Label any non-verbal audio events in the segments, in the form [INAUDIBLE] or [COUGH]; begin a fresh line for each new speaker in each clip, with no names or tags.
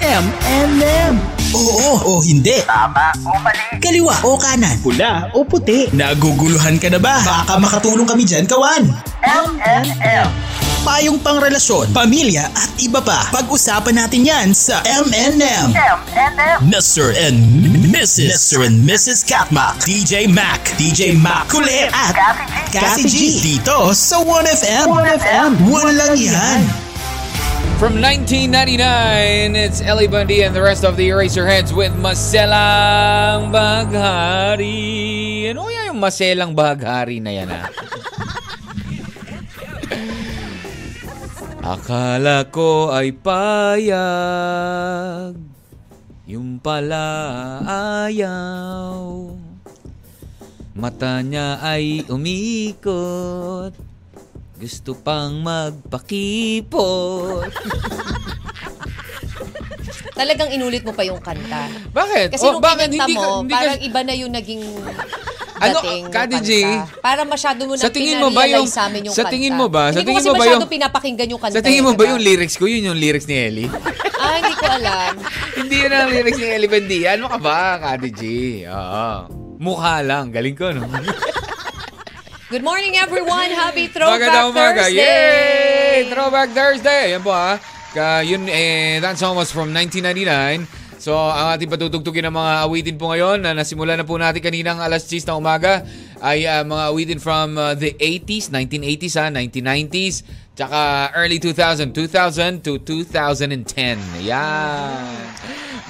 M and M. Oo o hindi.
Tama o mali.
Kaliwa o kanan. Pula o puti. Naguguluhan ka na ba? Baka makatulong kami dyan, kawan.
MNM.
Payong pangrelasyon, pamilya at iba pa. Pag-usapan natin yan sa M&M.
MNM.
Mr. and Mrs. Mr. and Mrs. Katma. DJ Mac. DJ Mac. Kulit at
Kathy G.
Kathy G. Dito sa 1FM. 1FM. Walang yan.
From 1999, it's Ellie Bundy and the rest of the Eraserheads with Maselang Baghari. Ano kaya yung Maselang Baghari na yan, ah? ha? Akala ko ay payag Yung pala ayaw Mata niya ay umikot gusto pang magpakipot.
Talagang inulit mo pa yung kanta.
Bakit?
Kasi
Oh,
nung
bakit
kinanta
hindi ka,
mo,
hindi ka,
parang iba na yung naging
Ano,
dating ng
Kati G,
kanta. Parang masyado mo nang
sa tingin mo ba yung-
pinarealize sa amin yung
sa
kanta.
tingin mo ba- sa
Hindi ko
tingin
kasi
mo ba
masyado
yung-
pinapakinggan yung kanta.
sa tingin
eh,
mo ba
diba?
yung lyrics ko, yun yung lyrics ni Ellie?
Ah, hindi ko alam.
[LAUGHS] hindi yun ang lyrics ni Ellie Bandia. Ano ka ba, Kati G? Oo. Mukha lang. Galing ko, no?
Good morning everyone.
[LAUGHS]
Happy Throwback
Magandang umaga. Yay!
Thursday.
Throwback Thursday. Ayan po ha. Ka, yun, eh, that song was from 1999. So, ang ating patutugtugin ng mga awitin po ngayon na nasimula na po natin kaninang alas 6 ng umaga ay ah, mga awitin from ah, the 80s, 1980s, ha, 1990s, ah, tsaka early 2000, 2000 to 2010. Ayan.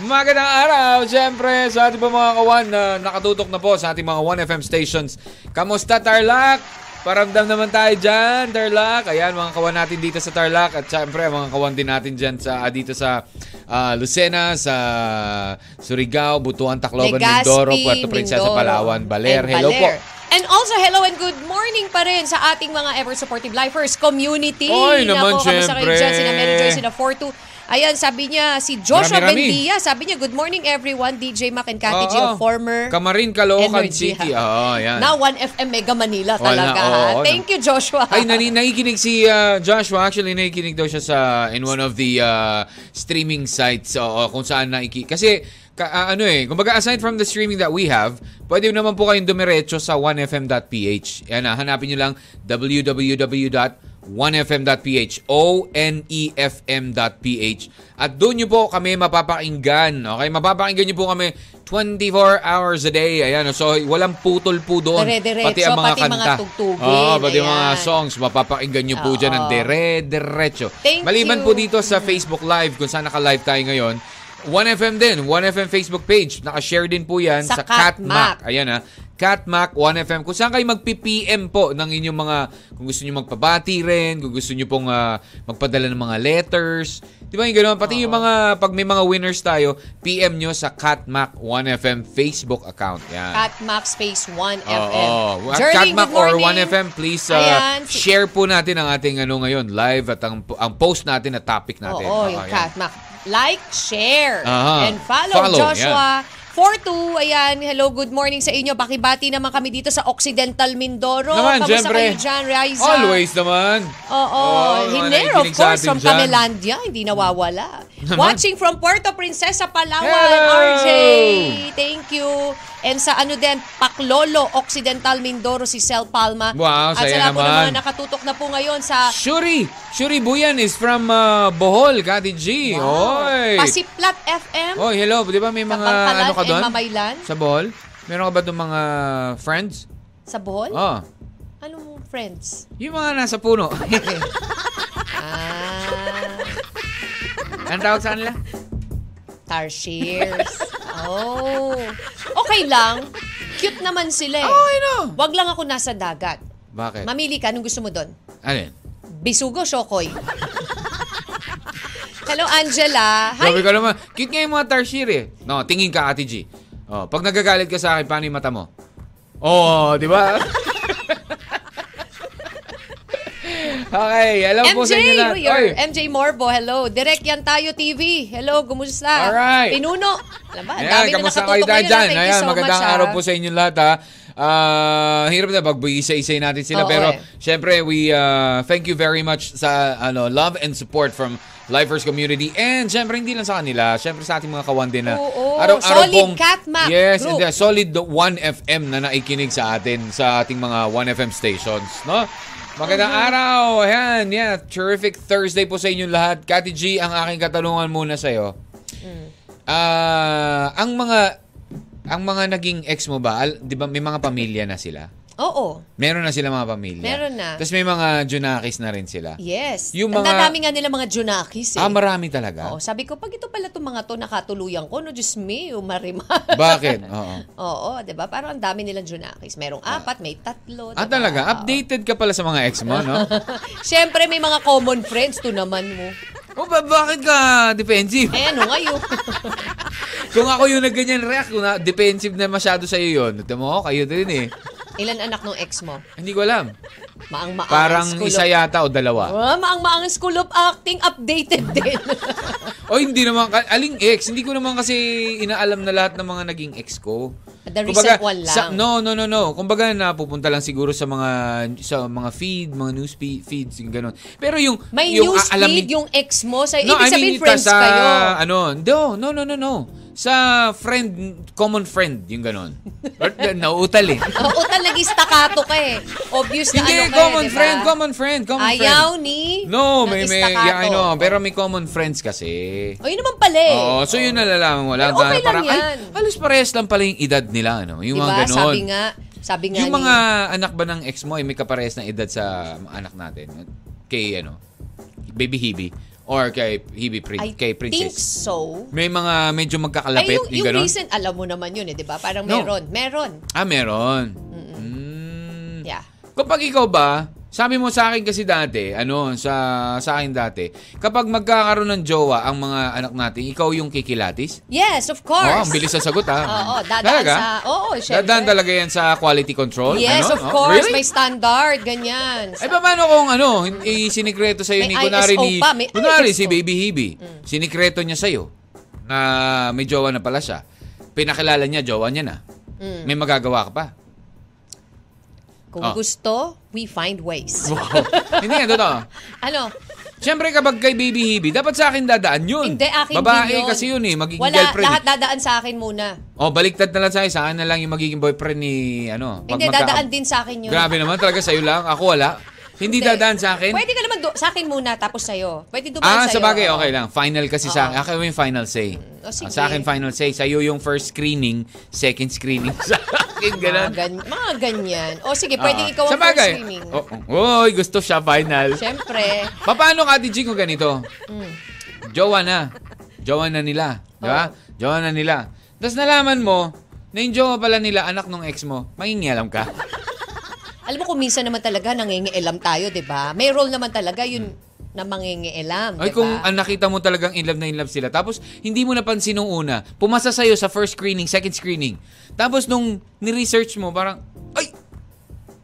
Magandang araw, siyempre, sa ating po mga kawan na nakatutok na po sa ating mga 1FM stations. Kamusta, Tarlac? Paramdam naman tayo dyan, Tarlac. Ayan, mga kawan natin dito sa Tarlac at siyempre, mga kawan din natin dyan sa, ah, dito sa ah, Lucena, sa Surigao, Butuan, Tacloban,
Legazpi,
Mindoro, Puerto Princesa,
Mindoro,
Palawan, Baler.
and
Hello po.
Baler. And also, hello and good morning pa rin sa ating mga ever-supportive lifers community.
Oy, naman,
Nako, kamusta kayo
syempre.
dyan? Sina Mary Joy, sina 42. Ayan, sabi niya, si Joshua
Marami-rami.
Bendia, sabi niya, good morning everyone, DJ Mac and Kati G,
Oo.
of former
Kamarin, Caloocan
Energy,
City.
ha?
Oo, ayan.
Now, 1FM Mega Manila
Wala,
talaga.
oo,
ha?
oo.
Thank you, Joshua.
Ay, nani, nakikinig si uh, Joshua. Actually, nakikinig daw siya sa in one of the uh, streaming sites oo, kung saan naiki. Kasi, ka, ah, ano eh, kumbaga aside from the streaming that we have, pwede naman po kayong dumiretso sa 1fm.ph. Yan na, hanapin nyo lang www.1fm.ph E O-N-E-F-M.ph At doon nyo po kami mapapakinggan. Okay? Mapapakinggan nyo po kami 24 hours a day. Ayan, so walang putol po doon.
Dire-diretso, pati mga tugtugin.
Oo, pati mga
Ayan.
songs. Mapapakinggan nyo po
Oo.
dyan ng dire-diretso.
Thank
Maliban
you.
po dito sa Facebook Live, kung saan naka-live tayo ngayon, 1FM din, 1FM Facebook page. Naka-share din po yan sa,
Sa
Catmac.
Catmac.
Ayan ah. ha. Catmac 1FM. Kung saan kayo mag-PPM po ng inyong mga, kung gusto nyo magpabati rin, kung gusto nyo pong ah, magpadala ng mga letters. Di ba yung ganoon? Pati yung mga, pag may mga winners tayo, PM nyo sa Catmac 1FM Facebook account. Yan.
At Mac Space 1FM.
Oo. At
Jerling,
Katmak
good
or
morning.
1FM, please uh,
Ayan, si-
share po natin ang ating ano ngayon, live at ang, ang post natin at topic natin. Ah,
Oo, yung
ayan.
Katmak. Like, share,
Aha.
and follow,
Follow,
Joshua. 42, ayan. Hello, good morning sa inyo. Bakibati naman kami dito sa Occidental Mindoro.
Naman,
Kamusta
syempre.
kayo dyan, Raiza?
Always naman.
Oo.
Oo,
Hiner,
mga
of
nakikinig sa
course,
atin
from
dyan.
Camelandia. Hindi nawawala.
Naman.
Watching from Puerto Princesa, Palawan,
Hello!
RJ. Thank you. And sa ano din, Paklolo, Occidental Mindoro, si Sel Palma.
Wow,
At sa
saya
lahat po ng
naman.
mga nakatutok na po ngayon sa
Shuri. Shuri Buyan is from uh, Bohol, Kati G. Oy.
Pasiplat FM.
Oy, hello. Di ba may mga
Kapangkalan
ano ka
Ah, and
doon?
Mamaylan?
Sa Bohol? Meron ka ba doon mga friends?
Sa Bohol?
Oh.
Anong friends?
Yung mga nasa puno. [LAUGHS]
Ah,
Ang tawag sa kanila?
Tarshiers. Oh. Okay lang. Cute naman sila
Oh,
eh.
I know.
Wag lang ako nasa dagat.
Bakit?
Mamili ka, anong gusto mo doon?
ano yan?
Bisugo, Shokoy. Hello, Angela.
Sabi
Hi.
ko naman, cute nga yung mga tarsier eh. No, tingin ka, Ate G. Oh, pag nagagalit ka sa akin, paano yung mata mo? Oo, oh, di ba? [LAUGHS] okay, alam po sa inyo na.
MJ, uy, or
Oy,
MJ Morbo, hello. Direct yan tayo TV. Hello, kumusta?
Alright.
Pinuno. Alam ba, ang
Ayan,
dami na
kamusta
nakatutok
kayo
ngayon. ah.
dyan?
Thank you
Ayan,
so
magandang
much,
araw
ah.
po sa inyo lahat ha. ah, hirap na pag isa-isa natin sila.
Oo,
pero
eh.
syempre, we ah, thank you very much sa ano love and support from Lifers community. And syempre, hindi lang sa kanila. Syempre sa ating mga kawan din na
Oo,
araw-araw
solid Catmac
Yes, and
group.
the solid 1FM na naikinig sa atin sa ating mga 1FM stations. No? Magandang
Mm-hmm.
araw! Ayan, yeah. Terrific Thursday po sa inyong lahat. Kati G, ang aking katanungan muna sa'yo.
Mm.
Ah, ang mga ang mga naging ex mo ba, al- 'di ba may mga pamilya na sila?
Oo.
Meron na sila mga pamilya.
Meron na.
Tapos may mga junakis na rin sila.
Yes.
Yung
Yung
mga-
Ang dadami nga nila mga junakis eh.
Ah, marami talaga.
Oo, sabi ko, pag ito pala itong mga to, nakatuluyan ko, no, Diyos me, umarimar.
Bakit? Oo.
[LAUGHS] Oo, di ba? Parang ang dami nilang junakis. Merong apat, may tatlo.
Ah,
diba? Oo.
talaga? Updated ka pala sa mga ex mo, no?
[LAUGHS] Siyempre, may mga common friends to naman mo.
o, Oh, ba, bakit ka defensive? [LAUGHS]
Eh, ano nga yun?
Kung ako yung nagganyan react, kung na, defensive na masyado sa'yo yun, ito mo, oh, kayo din eh.
Ilan anak ng ex mo?
Hindi ko alam.
Maang-maang
Parang
school
isa
of...
yata o dalawa.
Ah, maang-maang school of acting updated din. [LAUGHS]
O hindi naman, ka- aling ex, hindi ko naman kasi inaalam na lahat ng mga naging ex ko.
The
Kumbaga,
recent one lang.
sa- no, no, no, no. Kumbaga napupunta lang siguro sa mga sa mga feed, mga news feed, feeds, yung ganun. Pero yung
May
yung
news
aalamin-
feed yung ex mo. Sa,
No, I
Eh, ibig
mean,
sabihin,
ita
friends
sa,
kayo.
Ano, no, no, no, no, no. Sa friend, common friend, yung
[LAUGHS]
ganun. Or, nauutal eh.
Oo, talaga staccato ka eh. Obvious na
Hindi,
ano ka eh,
common
diba?
friend, common friend, common
Ayaw
friend.
ni
No,
ng
may, may,
staccato.
yeah, I know. Pero may common friends kasi.
O, yun naman pala eh.
Oo, so yun nalalaman mo lang.
Pero okay
Parang- parang,
lang
ay,
yan.
halos parehas lang pala yung edad nila, ano? Yung
diba?
mga ganun.
Sabi nga, sabi nga
Yung
ni-
mga anak ba ng ex mo, eh, may kaparehas na edad sa mga anak natin? Kay, ano, Baby Hebe. Or kay Hebe Prin-
I
kay
think
Princess.
so.
May mga medyo magkakalapit,
Ay, yung,
yung,
yung
ganun.
recent, alam mo naman yun eh, di ba? Parang
No.
meron. Meron.
Ah, meron. Mm.
Yeah.
Kapag ikaw ba, sabi mo sa akin kasi dati, ano, sa sa akin dati, kapag magkakaroon ng jowa ang mga anak natin, ikaw yung kikilatis?
Yes, of course.
Oh, ang bilis sa sagot ha.
[LAUGHS] Oo, dadaan
Talaga?
sa... Oo, syempre.
Dadaan talaga yan sa quality control?
Yes,
Ano?
of
Oh,
course.
really?
May standard, ganyan.
Ay, paano kung ano, isinigreto sa'yo ni
May
kunwari
ISO
ni,
pa, may
kunwari
ISO.
si Baby Hebe, sinigreto niya sa'yo na may jowa na pala siya. Pinakilala niya, jowa niya na.
Mm.
May magagawa ka pa.
Kung
Oh.
gusto, we find ways.
Wow. [LAUGHS] Hindi nga, totoo.
ano?
Siyempre kapag kay Baby Hebe, dapat sa akin dadaan yun.
Hindi, akin
Babae
din yun.
kasi yun eh, magiging
Wala,
girlfriend.
lahat dadaan sa akin muna.
Oh, baliktad na lang sa akin. Sa akin na lang yung magiging boyfriend ni, ano, pag
Hindi,
magka-
dadaan din sa akin yun.
Grabe naman, talaga sa'yo lang. Ako wala. Hindi,
Hindi.
dadaan sa akin.
Pwede ka naman do- sa akin muna, tapos sa'yo. Pwede
Ah,
dumaan sa'yo.
sa bagay,
oo.
okay lang. Final kasi sa akin.
Oo. Mm.
Ako yung final say.
o, sige.
Sa akin, final say. Sa'yo yung first screening, second screening [LAUGHS] sa akin.
Mga,
Ganun.
gan- mga ganyan. O sige, pwede
Ah,
ikaw ang
sa bagay. Oh.
first swimming.
Oo. Uy, gusto siya, final.
Siyempre.
Pa- Paano ka, DJ, kung ganito?
Mm.
Jowa na. Jowa na nila. Di ba? Jowa na nila. Tapos nalaman mo, na yung jowa pala nila, anak nung ex mo, mangingialam ka.
Alam mo kung minsan naman talaga nangingielam tayo, 'di ba? May role naman talaga 'yun na mangingielam, 'di
Ay,
ba?
kung ah, nakita mo talagang in love na in love sila, tapos hindi mo napansin nung una, pumasa sa'yo sa first screening, second screening. Tapos nung niresearch mo, parang, ay,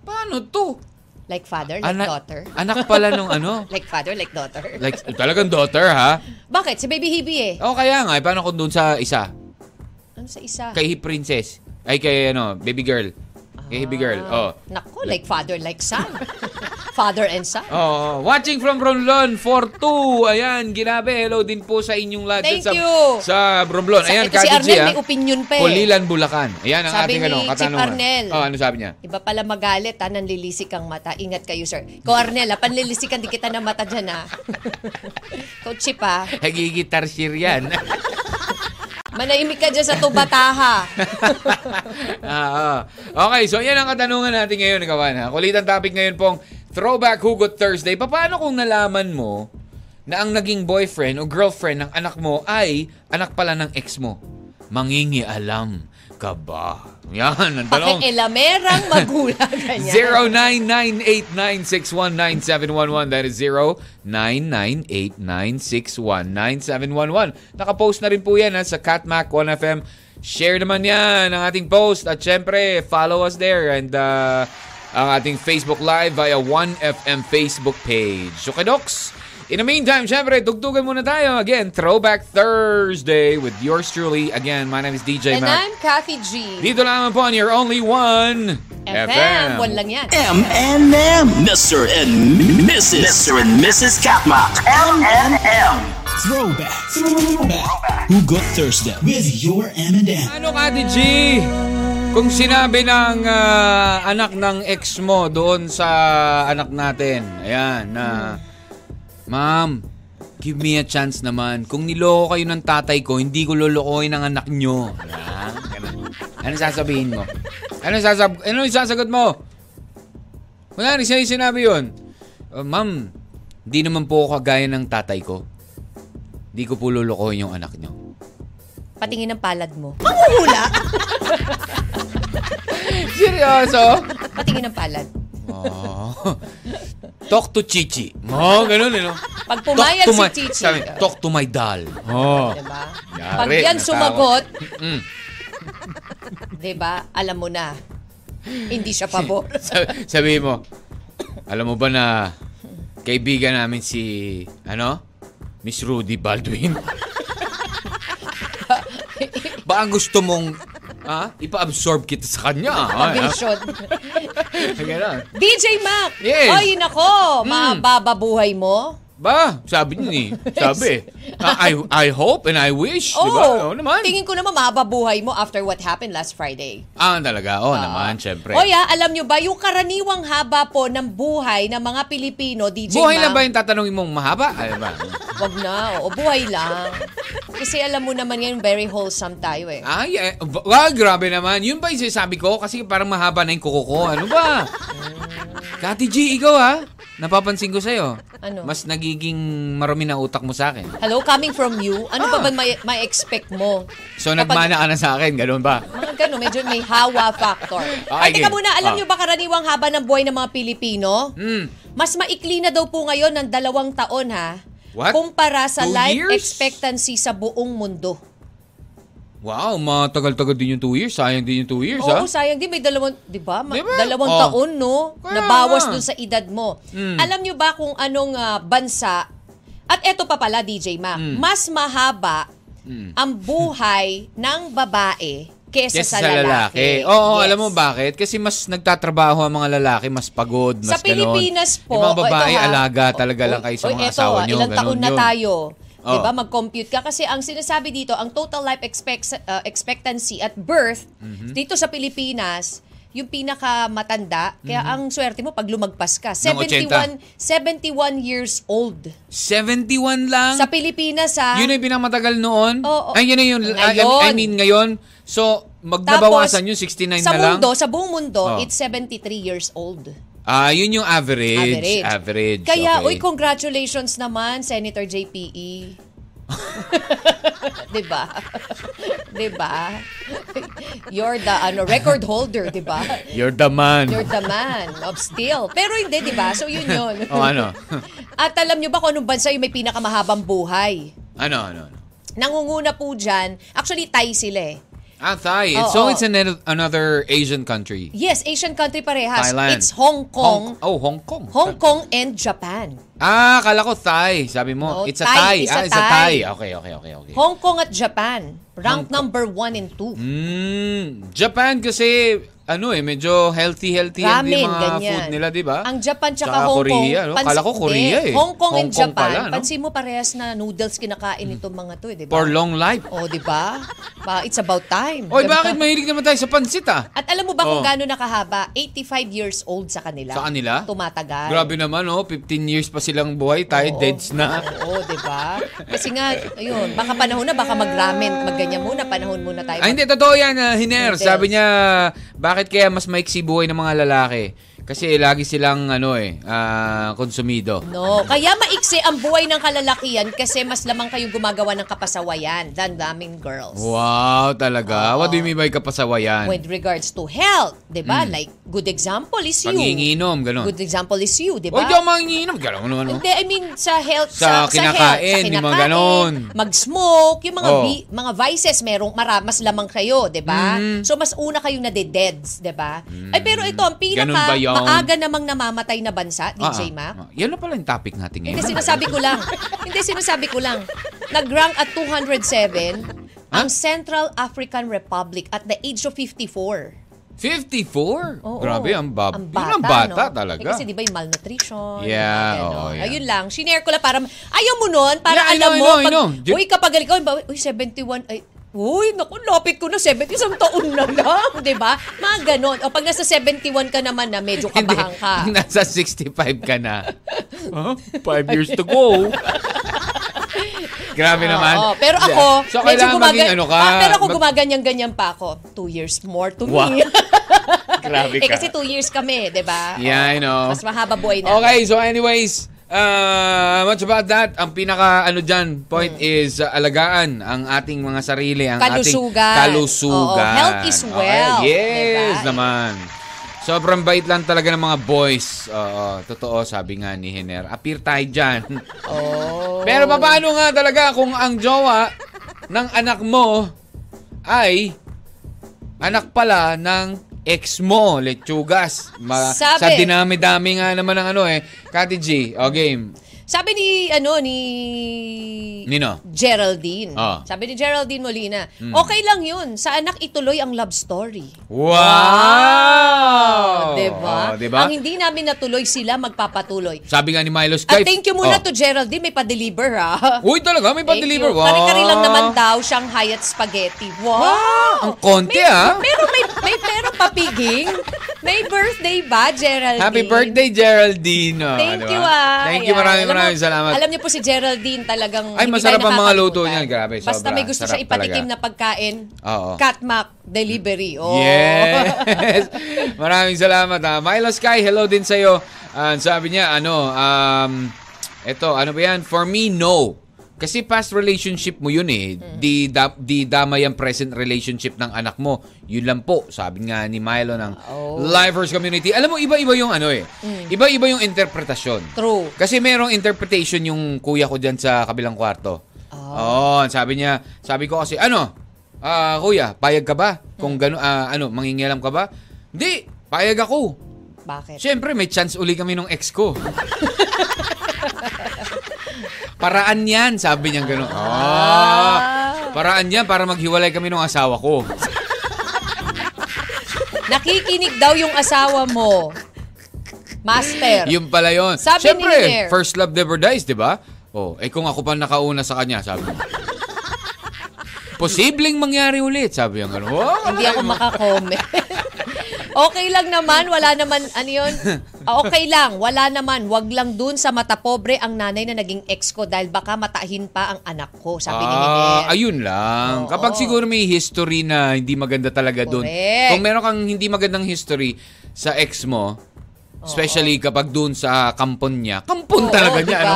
paano to?
like father, like
Ana-
daughter.
Anak pala nung ano.
[LAUGHS] Like father, like daughter.
Like, talagang daughter, ha?
Bakit si Baby Hebe eh?
O kaya nga, eh, paano kung doon sa isa?
Ano sa isa?
Kay Princess. Ay, kay ano, baby girl. Kay baby girl.
Ah.
Oh.
Nako, like father, like son. [LAUGHS] father and son.
Oh, watching from Romblon 42. Ayan, grabe. Hello din po sa inyong lahat dyan
Thank
sa,
you.
sa Romblon.
Sa-
Ayan,
ito
Kati
si
G,
Arnel,
ah.
may opinion pa eh.
Pulilan, Bulacan. Ayan ang
Sabi
ating
ni
ano,
Chief
katanungan.
Arnel.
Oh, ano sabi niya?
Iba pala magalit ha, nanlilisik ang mata. Ingat kayo, sir. Ko Arnel, ha, panlilisikan di kita na mata dyan ha. Ko Chip ah. ha,
Nagigitar sir
[LAUGHS]
yan.
manahimik ka dyan sa
[LAUGHS]
tubataha.
Ah, ah. okay, so yan ang katanungan natin ngayon, kawan. Ha? Kulitan topic ngayon pong Throwback Hugot Thursday. Paano kung nalaman mo na ang naging boyfriend o girlfriend ng anak mo ay anak pala ng ex mo? Mangingialam ka ba? Yan, ang tanong.
Pakielamerang
[LAUGHS]
magulang ganyan.
099896197111. That is 099896197111. Nakapost na rin po yan ha, sa Catmac 1FM. Share naman yan ang ating post. At syempre, follow us there. And uh, ang ating Facebook Live via 1FM Facebook page. Okay, Docs? In the meantime, syempre, tugtugan muna tayo. Again, Throwback Thursday with yours truly. Again, my name is DJ
And
Mac.
I'm Kathy G.
Dito lamang po on your only one.
FM. One lang yan.
M and M. Mr. and Mrs. Mr. and Mrs. Katma. M and M. Throwback. Throwback. Who got Thursday with your M and M.
Ano ka, Ate G? Kung sinabi ng ah, anak ng ex mo doon sa anak natin, ayan, na, Ma'am, give me a chance naman. Kung niloko kayo ng tatay ko, hindi ko lolokohin ang anak nyo. Ayan, ganun. Ano sasabihin mo? Ano sasab ano yung sasagot mo? Wala rin siya yung sinabi yun. "Uh, ma'am, hindi naman po ako kagaya ng tatay ko. Hindi ko po lolokohin yung anak nyo.
Patingin ng palad mo.
Seryoso?
Patingin ng palad.
Oh. [LAUGHS] Talk to Chichi. Oh, ganun eh, no?
Pag pumayag
Talk to
si
my-
Chichi.
Sabi, talk to my doll.
[LAUGHS]
Oh.
Diba?
Yari,
Pag yan
natawa.
sumagot,
Mm.
diba, alam mo na. Hindi siya
[LAUGHS]
pabor.
Sabi, sabi mo, alam mo ba na kaibigan namin si, ano? Miss Rudy
[LAUGHS]
Baldwin. Baka gusto mong ha? ipa-absorb kita sa kanya. ah. Ay, ah.
Vision.
Ganun.
DJ Mac!
Yes. Hmm.
Ay, nako! Mabababuhay mo?
Ba, sabi niya ni.
[LAUGHS]
Sabi. Ah, I, I hope and I wish. di ba? Diba? Oo naman.
Oh. Tingin ko naman mababuhay mo after what happened last Friday.
Ah, talaga. Oo naman, syempre.
O ya, alam nyo ba, yung karaniwang haba po ng buhay ng mga Pilipino, DJ
Buhay
Mac,
lang ba yung tatanungin mong mahaba? Ay, ba?
Wag na, oo, buhay lang. Kasi alam mo naman ngayon, very wholesome tayo eh.
Ay, eh, ba- wow, grabe naman. Yun ba yung sinasabi ko? Kasi parang mahaba na yung kuko ko. Ano ba? Kati G, ikaw ha? Napapansin ko sa'yo.
Ano?
Mas nagiging marumi na utak mo sa akin.
Hello, coming from you,
Ah.
ano pa ba may, may expect mo?
So,
Kapag-
nagmana ka na sa akin. Ganun ba?
Mga gano'n, medyo may hawa factor. Ay,
Okay.
teka muna,
Ah.
alam nyo ba karaniwang haba ng buhay ng mga Pilipino?
Hmm.
Mas maikli na daw po ngayon ng dalawang taon ha.
What?
Kumpara sa
Two
life
years?
expectancy sa buong mundo.
Wow, matagal-tagal din yung 2 years. Sayang din yung 2 years, ha?
Oo, sayang din. May dalawang, di ba? Ma-
Di ba?
Dalawang
Oh.
taon, no?
Kaya
Nabawas
nga.
dun sa edad mo.
Mm.
Alam nyo ba kung anong ah, bansa? At eto pa pala, DJ Mac.
Hmm.
Mas mahaba ang buhay ng babae kesa
Yes,
sa, lalaki.
Oo,
Yes.
alam mo bakit? Kasi mas nagtatrabaho ang mga lalaki, mas pagod, mas
Sa
ganon.
Pilipinas po.
Yung mga
o, ito
babae,
ha.
alaga talaga
O,
lang kayo sa
o,
mga
ito
asawa
ha,
nyo.
Ilang
ganon
taon na
yun.
tayo.
Oh.
Diba? Mag-compute ka. Kasi ang sinasabi dito, ang total life expect, uh, expectancy at birth,
Mhm.
dito sa Pilipinas, yung pinakamatanda, kaya
Mhm.
ang swerte mo pag lumagpas ka.
Nung
71, 71 years old.
71 lang?
Sa Pilipinas ha.
Yun ang pinamatagal noon?
Oo.
Ay, yun na yun. I-
Ngayon.
I, mean, ngayon. So,
Tapos,
magnabawasan yun, 69
sa
na lang?
mundo, sa buong mundo,
Oh.
it's 73 years old.
Ah, yun yung average.
Average.
Average. okay.
Kaya, uy, congratulations naman, Senator JPE. [LAUGHS] 'Di ba? 'Di ba? You're the ano record holder, 'di ba?
You're the man.
You're the man of steel. Pero hindi, 'di ba? So yun 'yun.
[LAUGHS] Oh, ano?
[LAUGHS] At alam nyo ba kung anong bansa yung may pinakamahabang buhay?
ano, ano, ano?
Nangunguna po dyan, actually Thai sila eh.
Ah, Thai.
Oo.
so, it's an, another Asian country.
Yes, Asian country parehas.
Thailand.
It's Hong Kong,
Hong, oh, Hong Kong.
Hong Kong and Japan.
Ah, kala ko Thai. Sabi mo,
Oh,
it's a Thai.
Thai, it's
ah,
a
it's a Thai.
Thai.
Okay, okay, okay, okay.
Hong Kong at Japan,
Hong
rank
Kong.
number one and two.
Mm, Japan kasi ano eh, medyo healthy-healthy yung
Ramen,
mga
ganyan.
food nila, di ba?
Ang Japan tsaka,
Tsaka
Hong Kong.
Korea, no?
pansin-
Kala ko Korea,
Hindi.
eh.
Hong Kong
Hong
and
Kong
Japan.
pala, no?
Pansin mo parehas na noodles kinakain itong mga to, eh, di ba?
For long life.
Oh, di ba? Ba, it's about time.
Oy,
Di ba?
bakit mahilig naman tayo sa pansit ah?
At alam mo ba
Oh.
kung gaano nakahaba? 85 years old sa kanila.
Sa kanila?
Tumatagal.
Grabe naman, oh. 15 years pa silang buhay. Tayo
Oo.
deads na.
Oo, di ba? Kasi nga, ayun, baka panahon na, baka mag-ramen, magganyan muna, panahon muna tayo.
Ay, hindi. Totoo yan, ah, Hiner.
Noodles.
Sabi niya, bakit kaya mas maiksi buhay ng mga lalaki? Kasi lagi silang, ano eh, ah, konsumido.
No, kaya maiksi ang buhay ng kalalakihan kasi mas lamang kayong gumagawa ng kapasawayan than daming girls.
Wow, talaga. What do you mean by kapasawayan?
with regards to health, 'di ba?
Mm.
Like good example is you.
Panginginom, ganun.
Good example is you, 'di
Huwag
ba?
diyan manginginom. Ganun, ano, ano.
Diba? Hindi, I mean sa health
Sa
sa, health,
kinakain, yung mga ganon.
mag-smoke, yung mga
Oh.
vi- mga vices merong mara, mas lamang kayo, 'di ba?
Mm-hmm.
So mas una kayong nade-deads, 'di ba? Ay pero ito
Ganun
ang
ba
pinaka
yun?
maaga namang namamatay na bansa, DJ Mac.
Ah, ah. Yan na pala yung topic natin ngayon.
Hindi, sinasabi ko lang. Hindi, sinasabi ko lang. Nag-rank at 207
Ha?
ang Central African Republic at the age of 54.
54?
Oo.
Grabe, ang, bab-
Ang
yun ang bata
no?
talaga.
Eh, kasi di ba yung malnutrition?
Yeah,
Ayan,
oo,
oh.
yeah.
Ayun lang. Shinare ko lang para, ma- ayaw mo nun, para
Yeah, I
alam
know, I
mo.
know, I
pag,
know. Di-
Uy, kapag ikaw, ba- uy, 71, ay, Uy, naku, lapit ko na 70 isang taon na lang, [LAUGHS] 'di ba? Mga ganon. O pag nasa 71 ka naman na medyo
[LAUGHS] [LAUGHS] Hindi,
kabahan ka.
pag nasa 65 ka na. [LAUGHS] huh? Five years to go. Grabe naman.
Ah, Oo, pero ako,
Yeah. so,
medyo
kailangan maging
gumagan-
ano ka.
Ah, pero ako
mag-
gumaganyan-ganyan pa ako. Two years more to [LAUGHS]
Wow.
me.
Grabe
eh
ka.
kasi two years kami, di ba?
Yeah, I know.
Mas mahaba buhay na.
Okay, so anyways, uh, much about that, ang pinaka ano dyan, point
Mm.
is uh, alagaan ang ating mga sarili, ang
Kalusugan.
ating kalusugan.
Oo, health is
Okay,
wealth,
Yes
diba?
naman. Sobrang bait lang talaga ng mga boys. Oo, totoo, sabi nga ni Hiner. Appear tayo dyan.
Oh.
Pero paano nga talaga kung ang jowa ng anak mo ay anak pala ng ex mo, lechugas. Ma-
Sabi.
Sa dinami-dami nga naman ng ano eh. Kati G, o game.
Sabi ni ano ni
Nino?
Geraldine.
Ah. Hmm.
Sabi ni Geraldine Molina, okay lang 'yun. Sa anak ituloy ang love story.
Wow!
Oh, 'di ba?
Oh, 'di ba?
Ang hindi namin natuloy sila magpapatuloy.
Sabi nga ni Milo Skype.
At Ah, thank you muna
Oh.
to Geraldine, may pa-deliver ha.
Uy, talaga, may
Thank
pa-deliver.
you.
Wow.
Kare-kare lang naman daw Shanghai at spaghetti. Wow!
Ang konti,
May-
ah.
Pero may, may pero papiging. May birthday ba, Geraldine?
Happy birthday, Geraldine. Oh, di
Thank
ba?
you, ah.
Thank you,
Ayan.
maraming
Alam mo-
maraming salamat.
Alam niyo po si Geraldine talagang
Ay,
hindi
masarap
tayo
ang mga luto
nakakalimutan.
niyan. Grabe,
Basta
sobra.
may gusto
Sarap
siya ipatikim
talaga.
na pagkain.
Oo.
Katmak delivery. Oh.
Yes. [LAUGHS] Maraming salamat ha. Milo Sky, hello din sa'yo. Ah, sabi niya, ano, um, eto, ano ba yan? For me, no. Kasi past relationship mo yun eh. Di, da, di damay ang present relationship ng anak mo. Yun lang po, sabi nga ni Milo ng
Oh.
Livers Community. Alam mo, iba-iba yung ano eh. Iba-iba yung interpretasyon.
[LAUGHS] True.
Kasi merong interpretation yung kuya ko dyan sa kabilang kwarto. Oo, sabi niya, sabi ko kasi, ano, ah, kuya, payag ka ba? Kung gano, ah, ano, mangingialam ka ba? Hindi, payag ako.
Bakit?
Siyempre, may chance uli kami nung ex ko. [LAUGHS] paraan yan, sabi niya gano'n. Ah, paraan yan para maghiwalay kami nung asawa ko.
Nakikinig daw yung asawa mo. Master.
Yun pala yun.
Sabi ni
Siyempre,
Nair.
first love never dies, di ba? Oh, eh kung ako pa nakauna sa kanya, sabi
[LAUGHS]
niya. Posibleng mangyari ulit, sabi niya. Ganun. Oh,
Hindi ako
aray mo.
makakomment. [LAUGHS] okay lang naman, wala naman, ano yun? Ah, Okay lang, wala naman. Wag lang dun sa mata pobre ang nanay na naging ex ko dahil baka matahin pa ang anak ko, sabi ni Hiner.
Ah, ayun lang.
Oo.
Kapag siguro may history na hindi maganda talaga doon.
Correct.
Kung meron kang hindi magandang history sa ex mo, especially kapag doon sa kampon niya. Kampon talaga
diba?
niya, ano?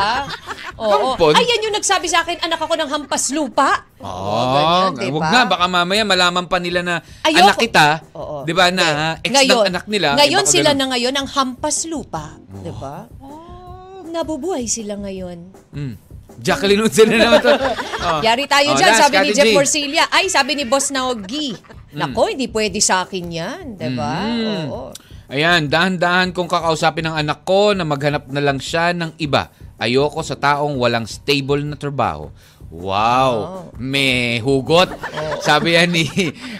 Oo.
Kampon?
Ay, yan yung nagsabi sa akin, anak ako ng hampas lupa. Oo,
Oh,
ganyan, diba?
wag na baka mamaya malaman pa nila na
Ayoko.
anak kita,
Oo.
'di ba na ex ng anak nila.
Ngayon
eh, baka
sila
ganun. Oh.
na ngayon ang hampas lupa, 'di ba?
Ah.
Nabubuhay sila ngayon.
Mm. Jacqueline Hudson na
[LAUGHS]
naman to. Oh.
Yari
Oh,
tayo dyan,
last, Hmm.
sabi ni
Kati
Jeff
G.
Porcilia. Ay, sabi ni Boss Naogi. Nako, hindi pwede sa akin yan, di ba?
Hmm.
Oo.
Ayan, dahan-dahan kong kakausapin ng anak ko na maghanap na lang siya ng iba. Ayoko sa taong walang stable na trabaho.
Oh.
Wow, may hugot. Sabi yan
[LAUGHS]
ni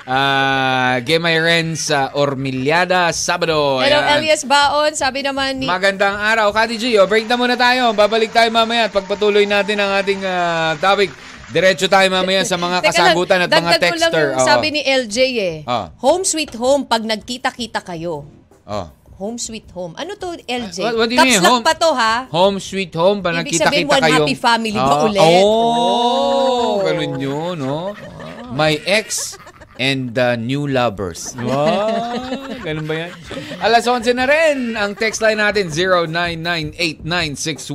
uh, Gemayren sa Ormilyada, Sabado.
Hello,
Oh, Ayan.
Elias Baon. Sabi naman ni...
Magandang araw, Kati G. O, break na muna tayo. Babalik tayo mamaya at pagpatuloy natin ang ating ah, topic. Diretso tayo mamaya sa mga
[LAUGHS] Teka lang,
kasagutan at mga
dagdag ko lang
texter. Oh. Ah.
yung sabi ni LJ eh.
Oo.
Home sweet home pag nagkita-kita kayo.
Oh.
Home sweet home. Ano to, LJ?
What, what do you
Caps
mean?
lock pa to, ha?
Home sweet home. Ba
Ibig
nakita
sabihin,
kita
one
kayo.
happy family ba
Ah,
ulit?
Oh,
Oh.
ganun yun, no? My ex and the new lovers. Wow, ganun ba yan? Alas 11 na rin ang text line natin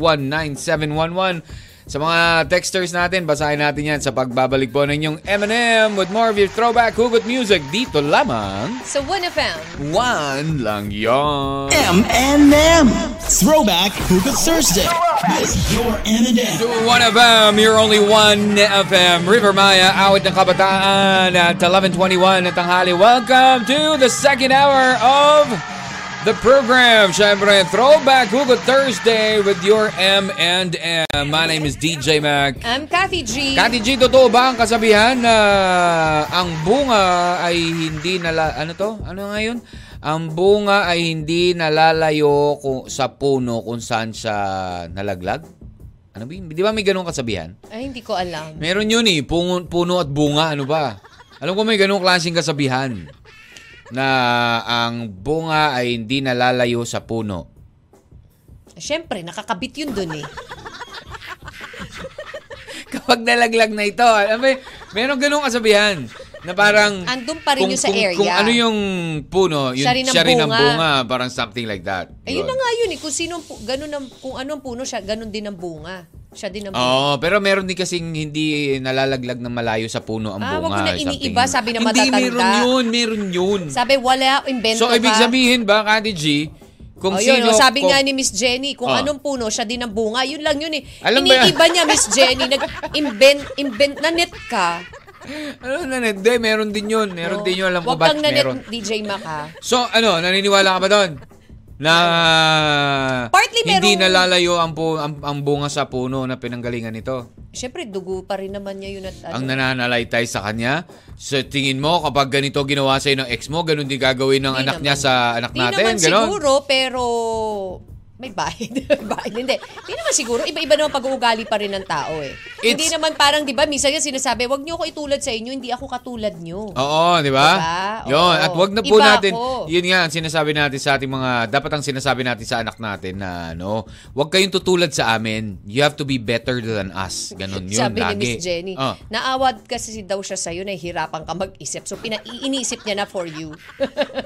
099896197111. Sa mga texters natin, basahin natin yan sa pagbabalik po ninyong M&M with more of your throwback hugot music dito lamang.
So, 1FM.
One lang yon.
M&M. Throwback Hookah Thursday with your M&M.
One FM, you're only one FM. River Maya, awit ng kabataan at 11.21 ng tanghali. Welcome to the second hour of the program. Siyempre, Throwback Hugot Thursday with your M&M. My name is DJ Mac.
I'm Kathy G.
Kati G, totoo ba ang kasabihan na ang bunga ay hindi nala... Ano to? Ano nga yun? Ang bunga ay hindi nalalayo ku- sa puno kung saan siya nalaglag? Ano ba yun? Di ba may ganong kasabihan?
Ay, hindi ko alam.
Meron yun eh, puno, puno at bunga, ano ba? Alam ko may ganung klaseng kasabihan na ang bunga ay hindi nalalayo sa puno.
Siyempre, nakakabit yun dun eh.
Kapag nalaglag na ito, alam mo, eh, meron ganung kasabihan na parang
Andun pa rin yun sa
kung,
area.
Kung ano yung puno, yun,
Siya rin ang
ang
bunga.
bunga, parang something like that.
Ayun na nga yun eh. Kung, sino, ang pu- ganun ang, kung ano ang puno siya, ganun din ang bunga. Siya din ang bunga.
Oo, pero meron din kasing hindi nalalaglag ng malayo sa puno ang
Ah,
bunga.
wag ko na
something.
iniiba, sabi ng
Hindi,
matatanda.
meron yun, meron yun.
Sabi, wala, invento
So,
ka.
ibig sabihin ba, Kati G, kung
Oh, yun,
sino...
oh, sabi
kung-
nga ni Miss Jenny, kung
Oh.
anong puno, siya din ang bunga. Yun lang yun eh.
Alam ba yan?
Iniiba niya, Miss Jenny. Nag-invent, invent, nanet ka.
Ano na Hindi, meron din yun. Meron
Oh.
din yun. Alam ko
Huwag
ba't
kang nanet,
meron.
DJ Maka.
So, ano, naniniwala ka ba doon? Na
Partly
hindi
merong-
nalalayo ang, pu- ang, ang bunga sa puno na pinanggalingan nito.
Siyempre, dugo pa rin naman niya yun at ano.
Ang nananalaytay sa kanya. So, tingin mo, kapag ganito ginawa sa'yo ng ex mo, ganun din gagawin ng
Hindi
anak
naman.
niya sa anak
Di
natin.
naman
ganun.
siguro, pero [LAUGHS] may bahid. bahid, hindi. Di naman siguro. Iba-iba naman pag-uugali pa rin ng tao eh.
It's-
Hindi naman parang, di ba, minsan yung sinasabi, wag niyo ako itulad sa inyo, hindi ako katulad niyo.
Oo, di ba?
Diba?
Yun,
Oo.
at wag na po
Iba
natin,
ako.
yun nga ang sinasabi natin sa ating mga, dapat ang sinasabi natin sa anak natin na ano, wag kayong tutulad sa amin. You have to be better than us. Ganun yun,
Sabi
lagi.
ni Miss Jenny,
Oh.
naawad kasi daw siya sa'yo, nahihirapan ka mag-isip. So, pinaiinisip niya na for you. [LAUGHS]